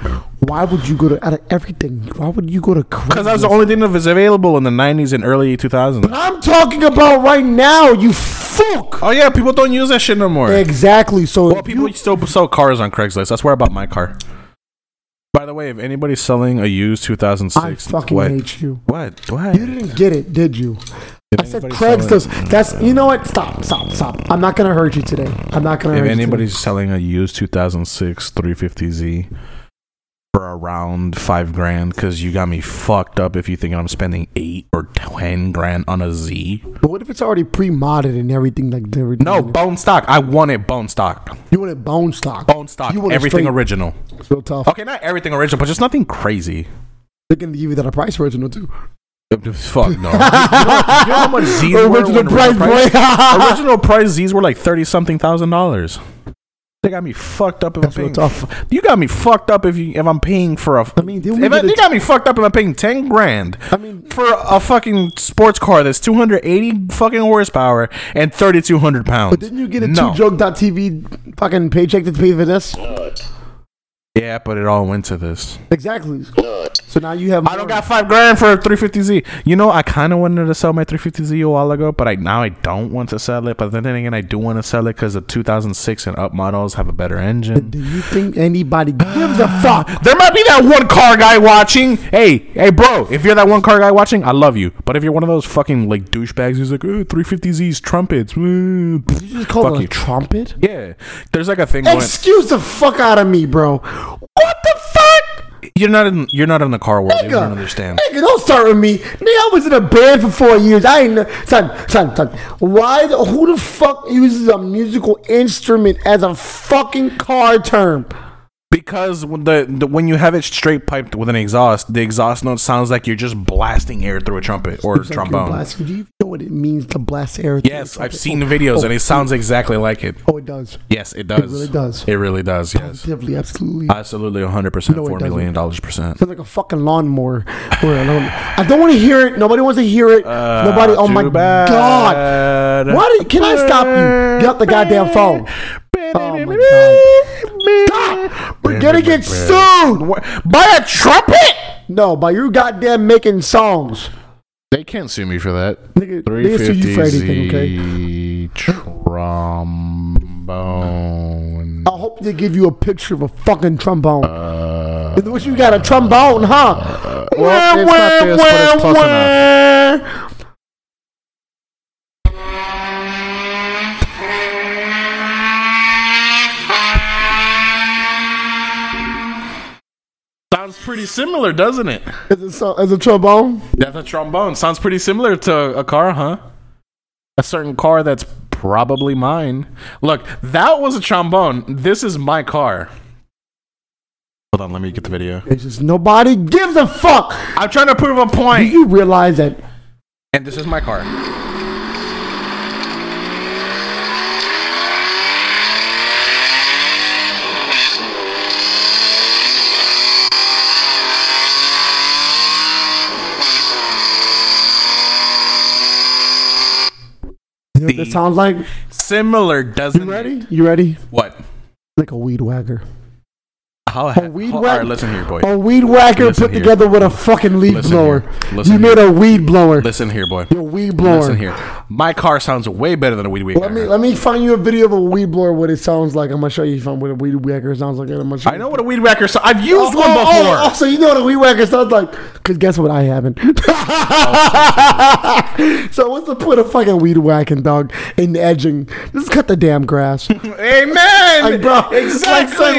Why would you go to out of everything? Why would you go to Craigslist? Because that was the only thing that was available in the '90s and early 2000s. I'm talking about right now. You fuck. Oh yeah, people don't use that shit no more. Exactly. So Well, if people you- still sell cars on Craigslist. That's where I bought my car. By the way, if anybody's selling a used I 2006, fucking what? hate you. What? What? You didn't get it, did you? If I said anybody's selling- Craigslist. That's you know what? Stop, stop, stop. I'm not gonna hurt you today. I'm not gonna. If hurt you today. anybody's selling a used 2006 350Z for around five grand, because you got me fucked up if you think I'm spending eight or ten grand on a Z. but what if it's already pre-modded and everything like everything? No, bone stock. I want it bone stock. you want it bone stock. Bone stock. You want it Everything straight. Oh. original. It's real tough. Okay, not everything original, but just nothing crazy. They're gonna give you that a price original too. Fuck no. You know- you know how much Z's were Original when price, boy. original price Z's were like thirty something thousand dollars. They got me fucked up if That's I'm real paying. tough. You got me fucked up if you if I'm paying for a. I mean, didn't we if I, get a- you got me fucked up if I'm paying ten grand I mean, for a fucking sports car that's 280 fucking horsepower and 3,200 pounds. but didn't you get a No. two joke TV fucking paycheck to pay for this? Yeah, but it all went to this. Exactly. So now you have. I don't got five grand for a 350Z. You know, I kind of wanted to sell my 350Z a while ago, but I now I don't want to sell it. But then again, I do want to sell it because the 2006 and up models have a better engine. Do you think anybody gives a fuck? There might be that one car guy watching. Hey, hey, bro, if you're that one car guy watching, I love you. But if you're one of those fucking like douchebags who's like, oh, 350Z's trumpets. mm." Did you just call Fuck it a you. trumpet? Yeah, there's like a thing going. Excuse the fuck out of me, bro. What the fuck? You're not in. You're not in the car world. You Nigga, don't understand. Nigga, don't start with me. Nigga, I was in a band for four years. I ain't. Son, son, son. Why? The, who the fuck uses a musical instrument as a fucking car term? Because when the, the when you have it straight piped with an exhaust, the exhaust note sounds like you're just blasting air through a trumpet or Like you're trombone. blasting- Do you know what it means to blast air? through Yes, the I've trumpet? seen the videos oh, and it sounds exactly like it. Oh, it does. Yes, it does. really does. It really does. Yes, Positively, absolutely. absolutely, 100, percent No, it four doesn't. million dollars percent. Sounds like a fucking lawnmower. Or a lawn- I don't want to hear it. Nobody wants to hear it. Nobody. Oh Uh, too my bad. god. Why did- can I stop you? Get the goddamn phone. Oh my God. We're gonna get sued. What- By a trumpet? No, by your goddamn making songs. They can't sue me for that. Nigga, Three they sue you for anything, okay? fifty trombone. I hope they give you a picture of a fucking trombone. Uh, what you got a trombone, huh? well, it's not this, but it's close enough. sounds pretty similar, doesn't it? Is it so, is it trombone? That's a trombone. Sounds pretty similar to a car, huh? A certain car that's probably mine. Look, that was a trombone. This is my car. Hold on, let me get the video. It's just nobody gives a fuck. I'm trying to prove a Do point. you realize that? And this is my car. You know what that sounds like? Similar, doesn't You it? ready? You ready? What? Like a weed whacker. How A weed All whack- Oh. right, listen here, boy. A weed whacker Listen put here. together with a fucking leaf Listen blower. here. Listen you made here. a weed blower. Listen here, boy. Your weed blower. Listen here. My car sounds way better than a weed Let me whacker. let me find you a video of a weed blower. What it sounds like. I'm gonna show you if I'm- what a weed whacker sounds like. and I'm gonna show I you. know what a weed whacker sounds. I've Oh, used oh, one oh, before. oh, so you know what a weed whacker sounds like? Cause guess what? I haven't. so what's the point of fucking weed whacking, dog? And edging. Just cut the damn grass. Amen. Like, bro, exactly. like,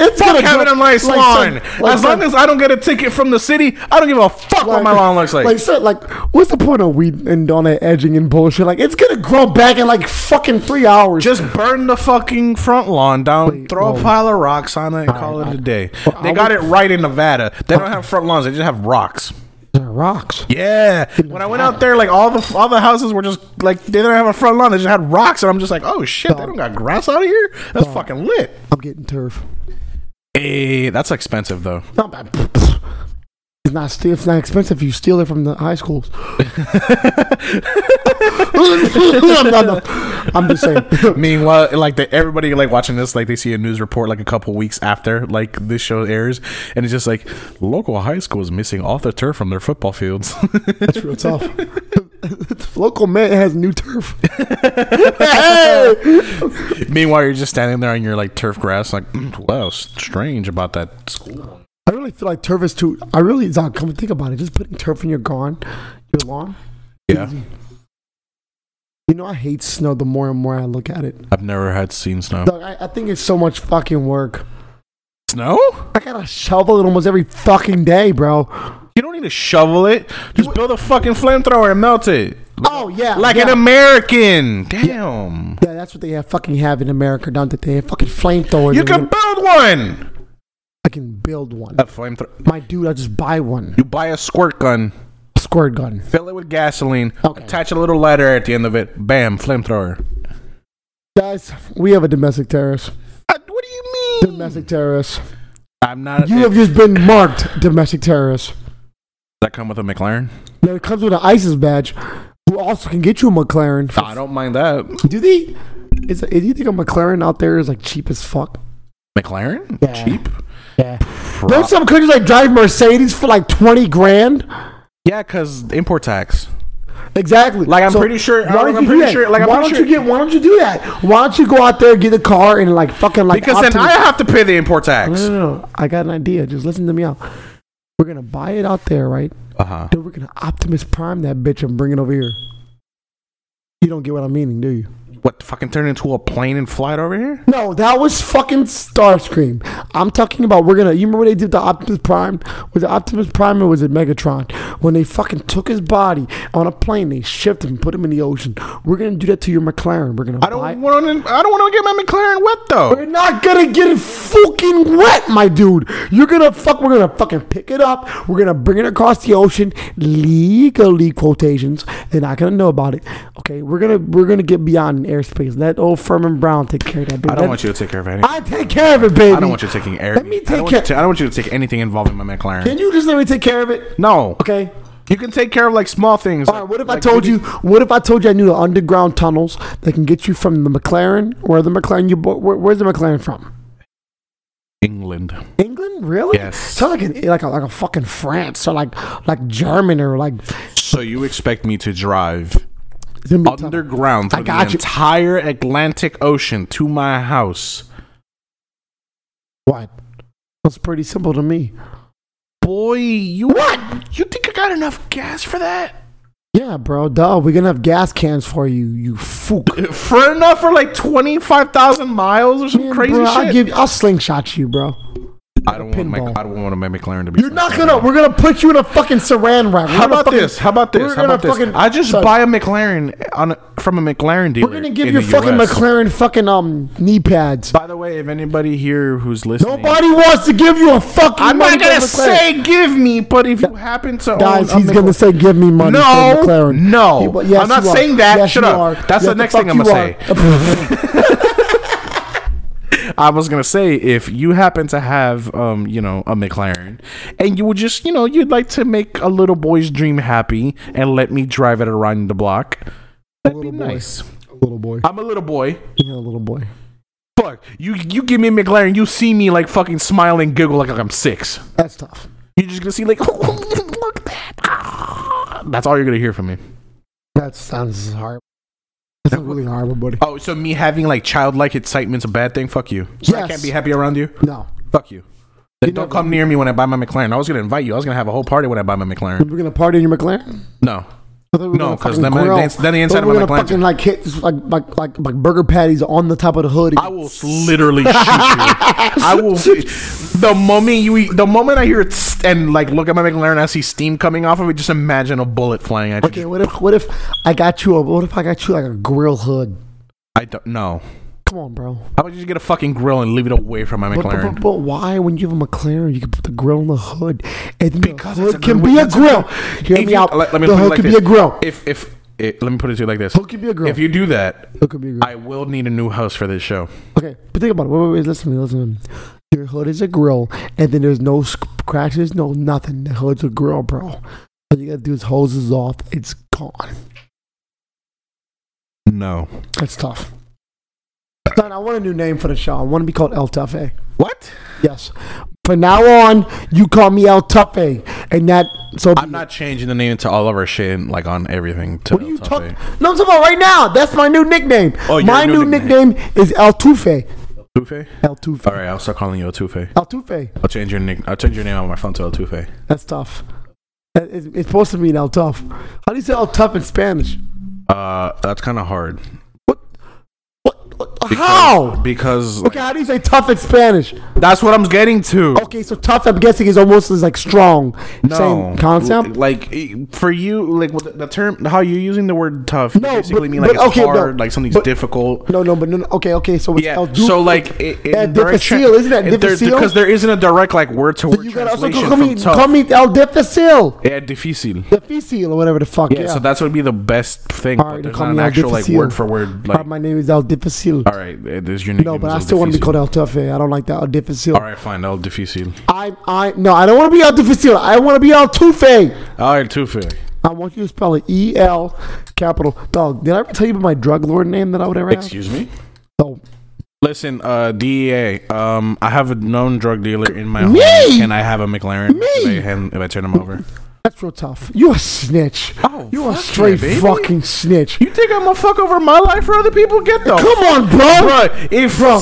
like, it's Fuck gonna having go- on my like, son, lawn. like, as son- long as I don't get a ticket from the city, I don't give a fuck what my lawn looks like. Like, so, like, what's the point of weed and on that edging and bullshit? Like, it's gonna grow back in like fucking three hours. just burn the fucking front lawn down, throw a pile of rocks on it, and call it a day. They got it right in Nevada. They don't have front lawns; they just have rocks. They're rocks. Yeah. When I went out there, like all the all the houses were just like they didn't have a front lawn; they just had rocks, and I'm just like, oh shit, they don't got grass out here. That's fucking lit. I'm getting turf. Hey, that's expensive though. Not bad. It's not. st- It's not expensive. if You steal it from the high schools. I'm, not- no. I'm just saying. Meanwhile, like the, everybody like watching this, like they see a news report like a couple weeks after like this show airs, and it's just like local high school is missing off the turf from their football fields. That's real tough. Local man has new turf. Hey! Meanwhile, you're just standing there on your like turf grass, like mm, wow, strange about that school. I really feel like turf is too. I really, Zach, come and think about it. Just putting turf in your lawn, your lawn. Yeah, You know, I hate snow. The more and more I look at it, I've never had seen Oh. snow. Dog, I, I think it's so much fucking work. Snow? I gotta shovel it almost every fucking day, bro. You don't need to shovel it. Just build a fucking flamethrower and melt it. Oh yeah, Like yeah. an American. Damn. Yeah, that's what they have fucking have in America, don't they? They have fucking flamethrowers. You They can build one. I can build one. A flamethrower. My dude, I just buy one You buy a squirt gun. squirt gun. Fill it with gasoline. Okay. Attach a little lighter at the end of it. Bam, flamethrower. Guys, we have a domestic terrorist. Uh, what do you mean? Domestic terrorist. I'm not. You have just been marked domestic terrorist. that come with a McLaren? Now it comes with an ISIS badge, who also can get you a McLaren. I don't mind that. Do they? Is do you think a McLaren out there is like cheap as fuck? McLaren? Yeah. Cheap? Yeah. Pro- Don't some countries like drive Mercedes for like twenty grand? yeah, because import tax. Exactly. Like, I'm pretty sure- Why don't I'm you do pretty that? sure- like, I'm why pretty don't you sure- get? Why don't you do that? Why don't you go out there get a car and like fucking like? Because then Optimus- I have to pay the import No, tax. no, no. I got an idea. Just listen to me out. We're gonna buy it out there, right? Uh huh. Then we're gonna Optimus Prime that bitch and bring it over here. You don't get what I'm meaning, do you? What, fucking turn into a plane and fly it over here? No, that was fucking Starscream. I'm talking about we're gonna. You remember what they did to Optimus Prime? Was it Optimus Prime or was it Megatron? When they fucking took his body on a plane, they shipped him, put him in the ocean. We're gonna do that to your McLaren. We're gonna. I buy- don't want to. I don't want to get my McLaren wet though. We're not gonna get it fucking wet, my dude. You're gonna fuck. We're gonna fucking pick it up. We're gonna bring it across the ocean legally. Quotations. They're not gonna know about it. Okay, we're gonna we're gonna get beyond airspace. Let old Furman Brown take care of that. Baby. I don't want you to take care of anything. I take care of it, baby. I don't want you taking air. Let me I don't take want you care. to- I don't want you to take anything involving my McLaren. Can you just let me take care of it? no. Okay. You can take care of like small things. All right. What if I told you? What if I told you I knew the underground tunnels that can get you from the McLaren? Where the McLaren you bought? Where, where's the McLaren from? England? England, really? Yes. Sounds like an, like a, like a fucking France or like like German or like So you expect me to drive It's gonna be tough. underground I through got the you. entire Atlantic Ocean to my house? What? That's pretty simple to me. Boy, you what? You think I got enough gas for that? Yeah, bro. Duh, we're gonna have gas cans for you. You fook. For enough for like twenty five thousand miles or some Man, crazy bro, shit. I'll give. I'll slingshot you, bro. I don't want my pinball. I don't want my McLaren to be. You're not gonna. We're gonna put you in a fucking saran wrap. We're How gonna about fucking- this? How about we're this? How gonna about this? fucking- I just son, buy a McLaren on a, from a McLaren dealer. We're gonna give in you the fucking US. McLaren fucking um knee pads. By the way, if anybody here who's listening, Nobody wants to give you a fucking. I'm money not gonna for McLaren. say give me, but if you happen to Guys, own a he's gonna McLaren- say, "Give me money." No, for McLaren. no. He- well, yes, I'm not you are. saying that. Yes, Shut you up. are. That's the next thing I'm gonna say. I was gonna say if you happen to have um you know a McLaren and you would just you know you'd like to make a little boy's dream happy and let me drive it around the block. That'd be Little boy. nice. little boy, I'm a little boy. yeah, little boy. Fuck you! You give me a McLaren, you see me like fucking smile and giggle like I'm six. That's tough. You're just gonna see like look at that. That's all you're gonna hear from me. That sounds hard. That's really horrible, buddy. Oh, so me having like childlike excitement's a bad thing? Fuck you. So I Yes. can't be happy around you. No, Fuck you. Then You don't never- come near me when I buy my McLaren. I was gonna invite you. I was gonna have a whole party when I buy my McLaren. we're gonna party in your McLaren. No. I thought we were No, gonna 'cause fucking then my- grill. then- then the inside Thought we of were my gonna McLaren- fucking like hit this, like, like like like burger patties on the top of the hood. I will literally shoot you. I will. The moment you, eat- the moment I hear it tss- and like look at my McLaren, I see steam coming off of it. Just imagine a bullet flying at you. Okay, what if what if I got you a what if I got you like a grill hood? I don't know. Come on, bro. How about you just get a fucking grill and leave it away from my But, but, McLaren? but, but why, when you have a McLaren, you can put the grill on the hood, and then Because the it's a hood can good- be a that's a grill. good- Hear If me you- out. let- let me the put it hood like could be this. a grill. If if it, let me put it to you like this, Hood could be a grill. if you do that, Hood could be a grill. I will need a new house for this show. okay, but think about it. Wait, wait, wait. Listen to me. Listen to me. Your hood is a grill, and then there's no scratches, no nothing. The hood's a grill, bro. All you gotta do is hoses off. It's gone. No. That's tough. Son, I want a new name for the show. I want to be called El Tufe. What? Yes. From now on, you call me El Tufe, and that. So be I'm not changing the name to all of our shit, and, like on everything. To What are you Altuve. talking? No, I'm talking about right now. That's my new nickname. eh? Oh, your my new new nickname. nickname. is El Tufe. Tufe? El Tufe. All right, I'll start calling you Otufe. El Tufe. I'll change your nick. I'll change your name on my phone to Otufe. That's tough. That is- It's supposed to mean El Tough. How do you say El Tough in Spanish? Uh, that's kind of hard. What? What? what- Because- how? Because Okay, how do you say tough in Spanish? that's what I'm getting to. Okay, so tough, I'm guessing, is almost as like strong. Same concept? L- Like e- for you, like with the- the term, how you're using the word tough, you No, basically but- mean like but- it's okay, no, hard, like something's but- difficult. No, no, but no, no. Okay, okay, so it's Yeah. El Tufe. so like, it, it, Yeah, in direct tra- difficil, isn't that if there- difficil? Because there isn't a direct like word to So word you gotta also translation call me, from tough. call me El Difícil. yeah, difficile. Difícil or whatever the fuck. Yeah, Yeah, so that's would be the best thing. All but right, there's call not an me El actual like Difficile. word for word. Alright, Like, my name is El Difícil. all right, uh, there's your name. No, but is I El still want to be Difficile. called El Tufe. I don't like that El Difficile. All right, fine. El difficile. I, I, no, I don't want to be El Difficile. I want to be El Tufe. All right, Tufe. I want you to spell it E L capital dog. Did I ever tell you about my drug lord name that I would ever have? Excuse me. Oh, Listen, uh, DEA. Um, I have a known drug dealer in my Me? home, and I have a McLaren. Me? If I, hand, if I turn him over, that's real tough. You a snitch. Oh, you a fuck straight yeah, baby. fucking snitch. you think I'm gonna fuck over my life for other people? Get the Come on, bro. Bruh, if, if, I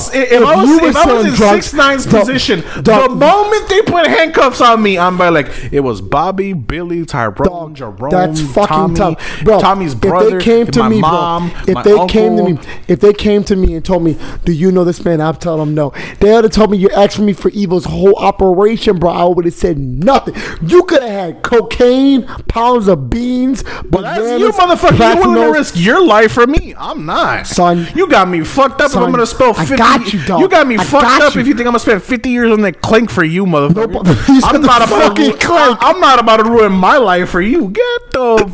was, you were if I was selling in drugs, six nine's the- position, the- the moment they put handcuffs on me, I'm by like it was Bobby, Billy, Tyrone, Dog, Jerome, that's fucking Tommy, tough, bro. Tommy's brother, If they came to my me, mom, bro, if my they came to uncle. me, if they came to me and told me, "Do you know this man?" I'd tell them no. They would have told me you're asking me for Evil's whole operation, bro. I would have said nothing. You could have had cocaine, pounds of beans, but That's you, motherfucker. You willing to risk your life for me? I'm not, Son. You got me fucked up. if I'm Son, gonna spell I fifty. got you, dog. got me I fucked got up. you. If you think I'm gonna spend fifty years on that clink for you, motherfucker, No, but- you said I'm the not about to. fucking ru- I- clink. I'm not about to ruin my life for you. Get the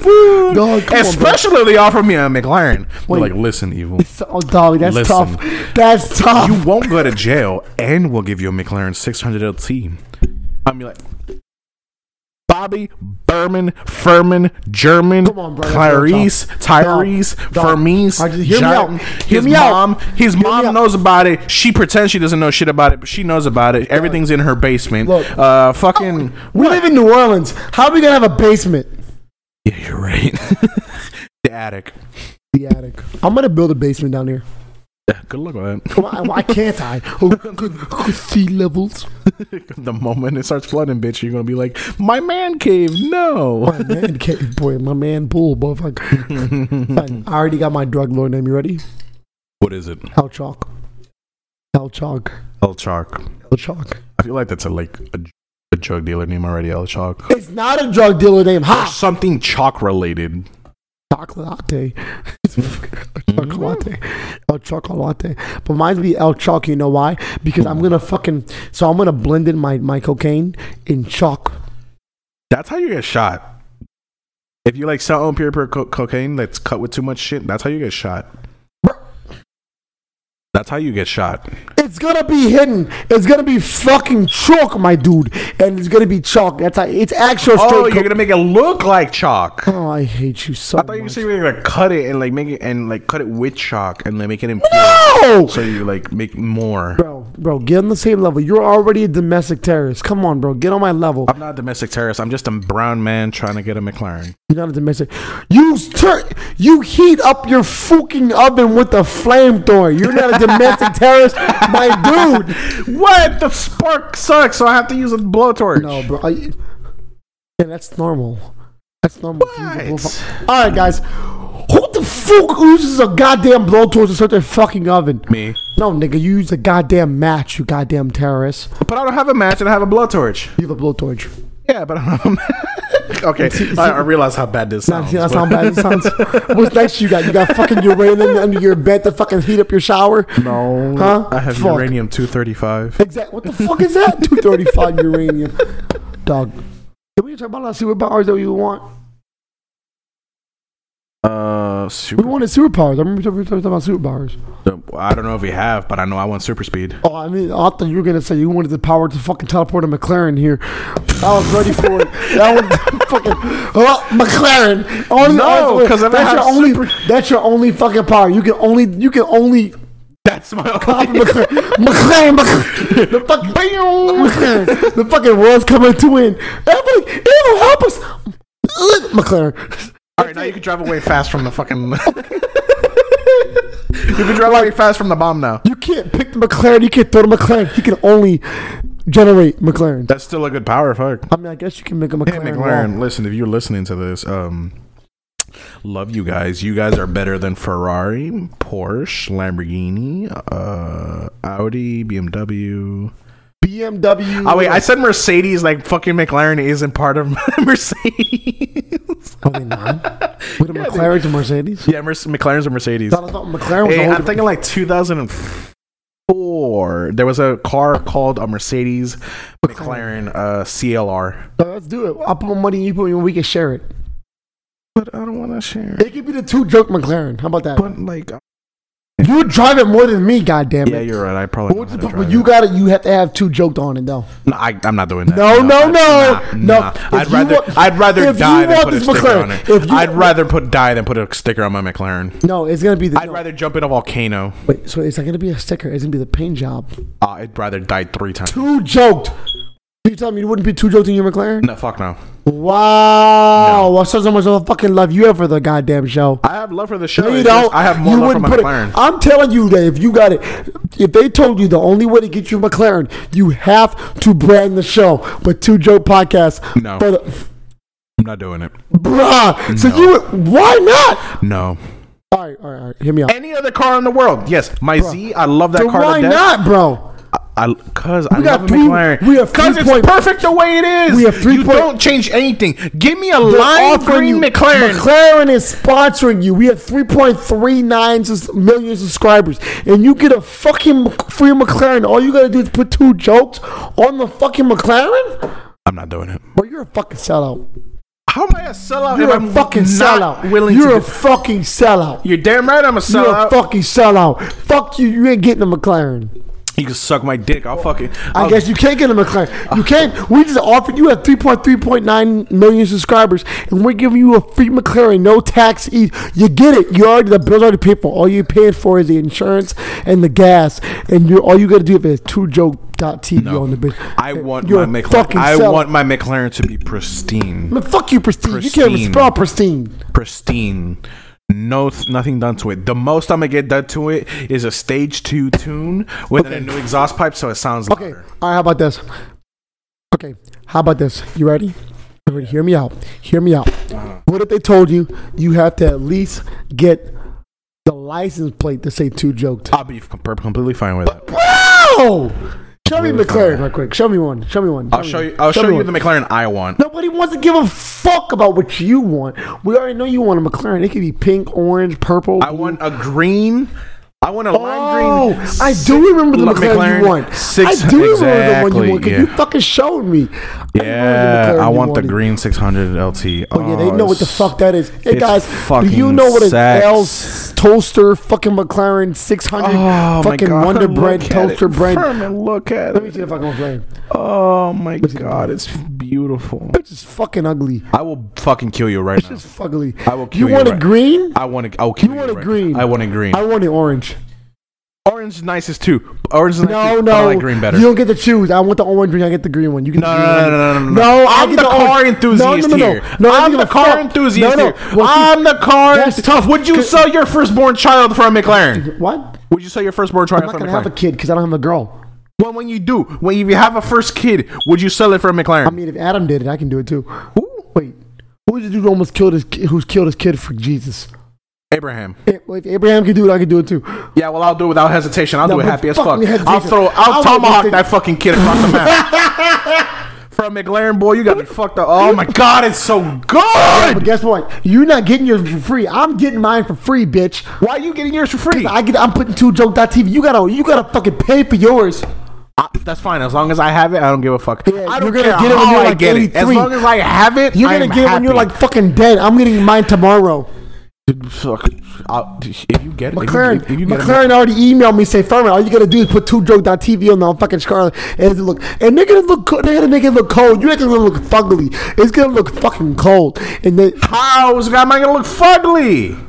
food. Dog, come on, Especially if they offer me a McLaren. They're Wait. like, listen, evil. Oh, dog, that's Listen. tough. That's tough. You won't go to jail, and we'll give you a McLaren 600 LT. I'm like. Bobby, Berman, Furman, German, Come on, bro, that's real Clarice, tough. Tyrese, No, no. Fermise, I just- hear me John- out. Hear his me out. mom. His Hear me mom out. knows about it. She pretends she doesn't know shit about it, but she knows about it. Everything's in her basement. Look. Oh, uh, fucking. we live in New Orleans. How are we gonna have a basement? Yeah, you're right. the attic. The attic. I'm gonna build a basement down here. Yeah, good luck with that. Why, why can't I? Oh, good, good sea levels. the moment it starts flooding, bitch, you're gonna be like, my man cave. No. My man cave, boy. My man pool, motherfucker. Fine, I already got my drug lord name. You ready? What is it? Hell chalk. Hell chalk. El Chalk. Hell chalk. I feel like that's a like a, a drug dealer name already. El Chalk. It's not a drug dealer name. Or Ha! Ah, something chalk related. Chocolate latte. Chocolate. El chocolate. But mine's be El chalk. You know why? Because I'm gonna fucking. So I'm gonna blend in my my cocaine in chalk. That's how you get shot. If you like sell on pure, pure co- cocaine that's cut with too much shit, that's how you get shot. That's how you get shot. It's gonna be hidden. It's gonna be fucking chalk, my dude. And it's gonna be chalk. That's how, it's actual straight. Oh, co- you're gonna make it look like chalk. oh, I hate you so I thought you much. said you were gonna cut it and like make it and like cut it with chalk and like make it impure. No! So you like make more. Bro, bro, get on the same level. You're already a domestic terrorist. Come on, bro, get on my level. I'm not a domestic terrorist. I'm just a brown man trying to get a McLaren. You're not a domestic. You ter- you heat up your fucking oven with a flamethrower. You're not a domestic terrorist, my dude. What? The spark sucks, so I have to use a blowtorch. No, bro. I, yeah, that's normal. That's normal. What? All right, guys. Who the fuck uses a goddamn blowtorch to start their fucking oven? Me. No, nigga, you use a goddamn match, you goddamn terrorist. But I don't have a match and I have a blowtorch. You have a blowtorch. Yeah, but I'm okay. See- I, I realize how bad this Nah, sounds. see, that's but- how bad it sounds. What's next you got? You got fucking uranium under your bed to fucking heat up your shower? No, Huh? I have Fuck. uranium two thirty five. Exact. What the fuck is that? 235 uranium. Dog. Can we talk about our superpowers that we want? Uh, We super. wanted superpowers. I remember we talking about superpowers. I don't know if we have, but I know I want super speed. Oh, I mean, I thought you were gonna say you wanted the power to fucking teleport a McLaren here. I was ready for it. That was fucking oh, McLaren. Only, No, 'cause if I that's your have only. super- That's your only fucking power. You can only. You can only. That's my Pop a McLaren, McLaren, McLaren, the fucking McLaren, the fucking world's coming to end. Everybody, everyone help us, McLaren. All right, now you can drive away fast from the fucking. you can drive away fast from the bomb now. You can't pick the McLaren. You can't throw the McLaren. You can only generate McLaren. That's still a good power. Fuck. I mean, I guess you can make a Hey, McLaren. McLaren, wall. listen, if you're listening to this, um, love you guys. You guys are better than Ferrari, Porsche, Lamborghini, uh, Audi, BMW. BMW. Oh, wait, I said Mercedes, like fucking McLaren isn't part of Mercedes. Are they not? With a McLaren to Mercedes? yeah, Merce- McLaren's a Mercedes. Thought I thought McLaren was Hey, older. I'm thinking like 2004. There was a car called a Mercedes McLaren uh, CLR. So let's do it. I'll put my money, you put your money, we can share it. But I don't want to share. It could be the two joke McLaren. How about that? But like, you drive it more than me, goddamn yeah, it. you're right. I But probably. know what's how the to pro- drive but you it. got to You have to have two joked on it though. No, I, I'm not doing that. No, no, no, I- no. nah. If I'd you rather, want- I'd rather if you die than want put a this sticker McLaren, on it. if you- I'd rather put die than put a sticker on my McLaren. No, it's gonna be the. I'd no. rather jump in a volcano. Wait, so it's not gonna be a sticker. It's gonna be the paint job. Uh, I'd rather die three times. Two joked. You tell me you wouldn't be two joked in your McLaren? No, fuck no. Wow! I show so much of fucking love you have for the goddamn show. I have love for the show. No, you it's just don't. I have more You love for wouldn't my put it- McLaren. I'm telling you that if you got it, if they told you the only way to get you a McLaren, you have to brand the show. But two joke podcasts, No. for the, I'm not doing it. bruh. So No. you, would- why not? No. All right, all right, all right. Hear me out. Any other car in the world? Yes, my Z. I love that So car. why to death. not, bro? I, cause I got love a three- McLaren. we have cause three it's point- perfect the way it is. We have three You point- don't change anything. Give me a They're lime offering green you- McLaren. McLaren is sponsoring you. We have 3.39 sus- million subscribers, and you get a fucking Mc- free McLaren. All you gotta do is put two jokes on the fucking McLaren. I'm not doing it. Bro, you're a fucking sellout. How am I a sellout? You're if a I'm fucking not sellout. Willing You're to a do- fucking sellout. You're damn right I'm a You're a sellout. fucking sellout. Fuck you. You ain't getting a McLaren. you can suck my dick. I'll fucking. I I'll- guess you can't get a McLaren. You can't. We just offered you have 3.3.9 million subscribers, and we're giving you a free McLaren, no tax. E- you get it. You already the bills already paid for. All you're paying for is the insurance and the gas, and you all you gotta do is two joke twitch.tv No. on the bitch. I want You're my a McLaren. fucking I sellout. want my McLaren to be pristine, Man, fuck you, pristine. You can't even Pristine. spell pristine. pristine. No, th- nothing done to it. The most I'm gonna get done to it is a stage two tune with a new exhaust pipe, so it sounds Okay. louder. All right. How about this? Okay. How about this? You ready? You ready? Hear me out. Hear me out. Uh-huh. What if they told you you have to at least get the license plate to say two joked? I'll be com- completely fine with it. Wow! Show me Really McLaren fine. real quick. Show me one. Show me one. I'll me show you. one. I'll show me you one. the McLaren I want. Nobody wants to give a fuck about what you want. We already know you want a McLaren. It could be pink, orange, purple. I want a green. I want a lime Oh, green. I six- do remember the lo- McLaren, you want. Six, I do remember the one exactly, you want because yeah. you fucking showed me. I remember Yeah, McLaren I you want the wanted. green 600 LT. But yeah, they know what the fuck that is. Hey Oh, it's guys, do fucking you know what an sex. L toaster fucking McLaren 600 Oh my fucking god! Wonder Bread look at it. toaster bread? Furman, look at Let me see it. the fucking McLaren. Oh my god, it's beautiful. Bitch is fucking ugly. I will fucking kill you right now. It's ugly. I will kill you you want a right- green? I want to. I'll kill You you. want a right green. now. I want a green. I want an orange. Orange is nicest too. Orange is nice No, too, no. but I like green better. You don't get to choose. I want the orange green. I get the green one. You get No, the no, green no, one. no, no, no, no. No, I I'm get the the orange. car enthusiast no, no, no, here. No, I I'm give the a car fuck. enthusiast No, no. here. Well, see, I'm the car. that's tough. Would you Cause- sell your firstborn child for a McLaren? What? Would you sell your firstborn child I'm for not a gonna McLaren? have a kid because I don't have a girl. well, when you do, when you have a first kid, would you sell it for a McLaren? I mean, if Adam did it, I can do it too. Who? Wait, who's the dude who almost killed his ki- who's killed his kid for Jesus? Abraham. Eh, well, If Abraham can do it, I can do it too. Yeah, well, I'll do it without hesitation. I'll No, do it but happy as fuck fuck. me, hesitation. I'll throw, I I'll would tomahawk think- that fucking kid across the map. For a McLaren boy, you got me fucked up. Oh my god, it's so But good. guess what? You're not getting yours for free. I'm getting mine for free, bitch. Why are you getting yours for free? I get. I'm putting two joke.tv. You gotta. You gotta fucking pay for yours. I- that's fine. As long as I have it, I don't give a fuck. Yeah, I you're don't gonna care get it when how you're I like get it. As 83. long as I have it, You're I gonna am get it when you're happy. like fucking dead. I'm getting mine tomorrow. fuck. I'll, if you get it, McLaren, if you, if you get McLaren already emailed me saying, Furman, all you gotta do is put two joke.tv on the fucking scarlet and it'll look and they're gonna look co- they're gonna make it look cold. You're not gonna look fugly. It's gonna look fucking cold. And then it, how's am I gonna look fugly?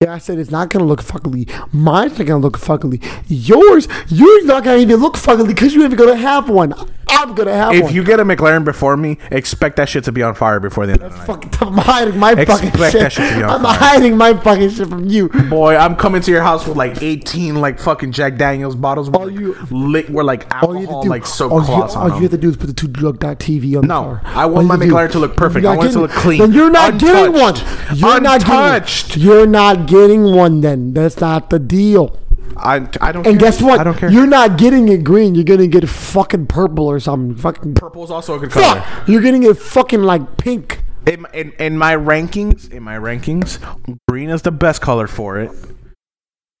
yeah, I said it's not gonna look fugly. Mine's not gonna look fugly. Yours, yours not gonna even look fugly because you're even gonna have one. I'm gonna have If one. you get a McLaren before me, expect that shit to be on fire before the end of the night. fucking, I'm hiding my fucking Expect shit. that shit to be on I'm fire. hiding my fucking shit from you. Boy, I'm coming to your house with like 18 like fucking Jack Daniels bottles with All like, you- lit were like All you alcohol have to do, like soap all you, cloths all on you have them. to do is put the two drug.tv on the No, car. I want All you my have do- McLaren to look perfect. You're I not want it to getting- look clean. Then you're not getting one. Untouched. You're not Untouched. getting. You're not getting one. Then that's not the deal. I, I don't care. And guess what? I don't care. You're not getting it green. You're gonna get fucking purple or something. Fucking Purple is also a good color. fuck. You're gonna get fucking like pink. In, in, in my rankings, in my rankings, green is the best color for it.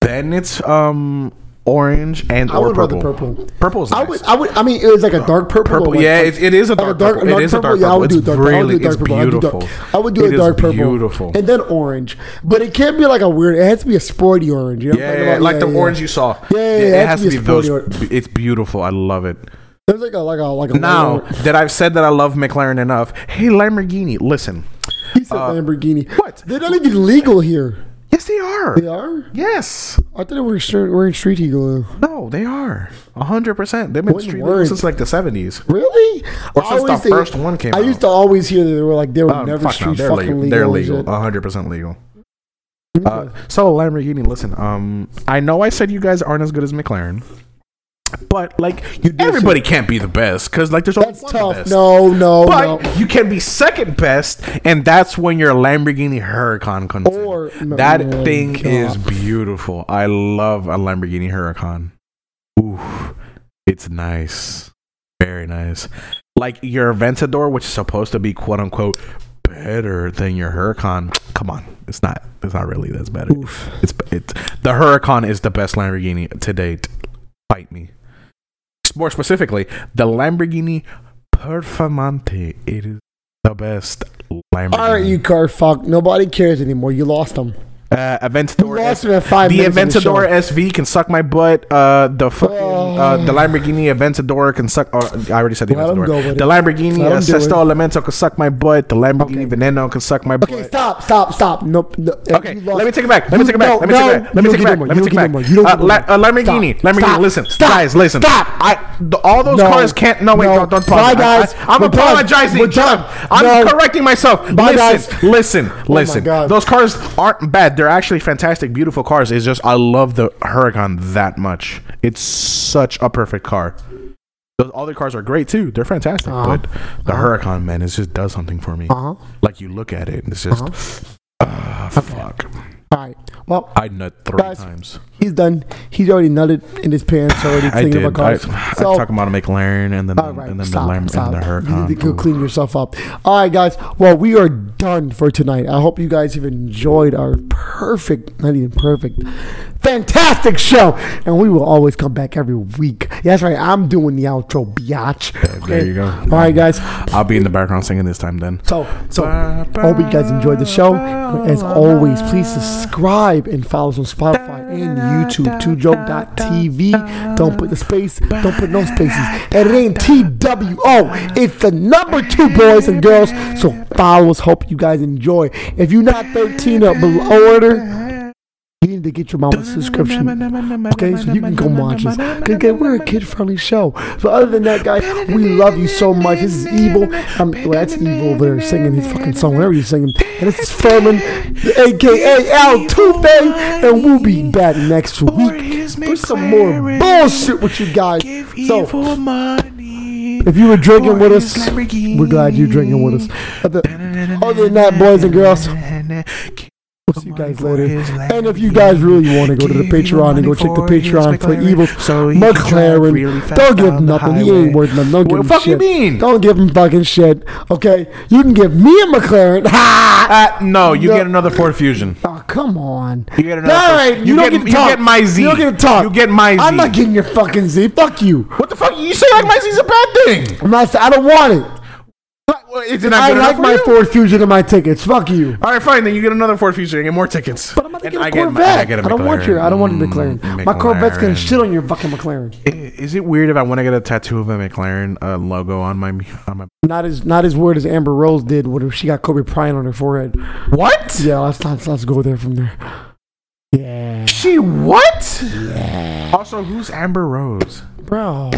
Then it's um orange and I or would rather purple. purple. Purple's I nice. would. I would. I mean, it was like a dark purple. or Purple, like- yeah, it, it is a Like dark, purple. It is a dark Yeah, I purple. would do It's a dark purple. I would do a really, it's dark purple. I would do dark- I beautiful. would do It a is dark purple. Beautiful. And then orange, but it can't be like a weird. It has to be a sporty orange. You know what I'm Yeah, talking yeah, about? like the yeah. orange you saw. Yeah, yeah, it, yeah, has to be sporty those. orange. It's beautiful. I love it. There's like a like a like a. Now light orange. that I've said that I love McLaren enough, hey Lamborghini, listen. he said Lamborghini. uh, what? They're not even legal here. Yes, they are. They are. Yes. I thought they were street, wearing street eagle. No, they are. hundred percent. They've been Wouldn't street work. legal since like the seventies. Really? Or I since the always first one came I out. used to always hear that they were like they were Oh, never fuck no, street They're fucking legal. legal. They're and legal. shit. 100% legal. Uh, so Lamborghini, listen. Um, I know I said you guys aren't as good as McLaren, but like You did everybody can't be the best because like there's only That's one tough. best. No, no, but no. you can be second best, and that's when your Lamborghini Huracan comes in. Or- that Oh my thing God. is beautiful. I love a Lamborghini Huracan. Ooh, it's nice, very nice. Like your Aventador, which is supposed to be quote unquote better than your Huracan. Come on, it's not. It's not really that's better. Oof. It's it's the Huracan is the best Lamborghini to date. Fight me. More specifically, the Lamborghini Performante. It is the best Lamborghini. All right, you car fuck. Nobody cares anymore. You lost them. Uh, Aventador. We lost S- it at five the minutes in the Aventador show. SV can suck my butt. Uh, the fucking uh, the Lamborghini Aventador can suck. Oh, I already said the Oh. Let 'em Aventador. go with it. the Lamborghini Let 'em uh, do Sesto it. Elemento can suck my butt. The Lamborghini Veneno can suck my Okay, butt. stop, stop, stop. Nope. No, uh, Okay, let me take it back. Let me take it back. Let me take it back. Let me take it back. Let me take it back. Uh, La- uh, Lamborghini. Lamborghini. Listen, guys, listen. Stop. I the, all those No. cars can't. No, wait, No. don't, don't pause. Bye, I- guys. I, am We're done. apologizing. We're Shut done. up. I'm No. correcting myself. Bye, listen, guys. Oh listen, my listen. God. Those cars aren't bad. They're actually fantastic, beautiful cars. It's just I love the Huracan that much. It's such a perfect car. Those, all the cars are great too. They're fantastic, but the Huracan man, it just does something for me. Uh-huh. Like you look at it, and it's just ah, fuck. All right. Well, I nut three Guys, times. he's done. He's already nutted in his pants already. I thinking did. About cars. I, so, I'm talking about a McLaren and then, all right, and then stop, the Lam- stop. and the You Huracan. need to go Ooh. clean yourself up. All right, guys. Well, we are done for tonight. I hope you guys have enjoyed our perfect, not even perfect, fantastic show. And we will always come back every week. Yeah, that's right. I'm doing the outro, biatch. there you go. All right, guys. I'll be in the background singing this time then. So, so I hope you guys enjoyed the show. As always, please subscribe and follow us on Spotify and YouTube, twojoke.tv. Don't put the space, don't put no spaces. It ain't TWO. It's the number two, boys and girls. So follow us. Hope you guys enjoy. If you're not 13 or below order, you need to get your mama's subscription. Okay, so you can come watch us. Cause again, we're a kid-friendly show. But other than that, guys, we love you so much. This is Evil. Um, well, that's Evil. They're singing his fucking song, whatever he's singing. And this is Furman, aka Al Tufe, and we'll be back next week for some more bullshit with you guys. So if you were drinking with us, we're glad you're drinking with us. Other, other than that, boys and girls. Ah, We'll see you guys later. And if you guys really want to go to the Patreon and go check the Patreon for Evil McLaren, don't give him nothing. He ain't worth nothing. Don't give What him the fuck you shit. mean? Don't give him fucking shit. Okay, you can give me a McLaren. Ha! Uh, no, you No. get another Ford Fusion. Oh, come on. You get another All fuck- right, you you, don't get- get, to you talk. get my Z. You don't get to talk. You get my Z. I'm not getting your fucking Z. Fuck you. What the fuck? You say like my Z's a bad thing. I'm not. I don't want it. Is it not I like good enough for my you? Ford Fusion and my tickets. Fuck you. All right, fine. Then you get another Ford Fusion and get more tickets. But I'm about to And get a I my- Corvette. I, get a don't want McLaren. your. I don't want a Mm, McLaren. My Corvette's gonna shit on your fucking McLaren. I- Is it weird if I want to get a tattoo of a McLaren uh, logo on my on my Not as not as weird as Amber Rose did when she got Kobe Bryant on her forehead. what? Yeah, let's let's, let's go there from there. Yeah, She what? Also, who's Amber Rose? bro,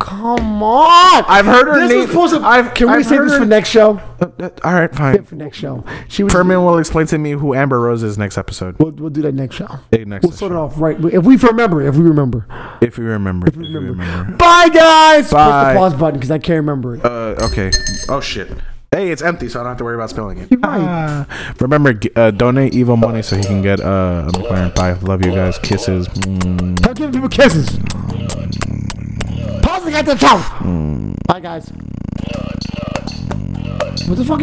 come on. I've heard her this name. was supposed to. I've- can we I've say heard this her- for next show? Uh, uh, all right, Yeah, fine. for next show. She was. Furman will explain to me who Amber Rose is next episode. We'll, we'll do that next show. Eh, next We'll sort it off right if we remember. If we remember. if you remember. If you remember. Bye, guys. Press Bye. the pause button because I can't remember it. Uh, okay. Oh shit. Hey, it's empty, so I don't have to worry about spilling it. You're right. Ah. Remember, g- uh, donate evil money so he can get uh, a McLaren. Bye. Love you guys. Kisses. Mm. Stop giving people kisses. Pause the goddamn show. Bye, guys. What the fuck? Are you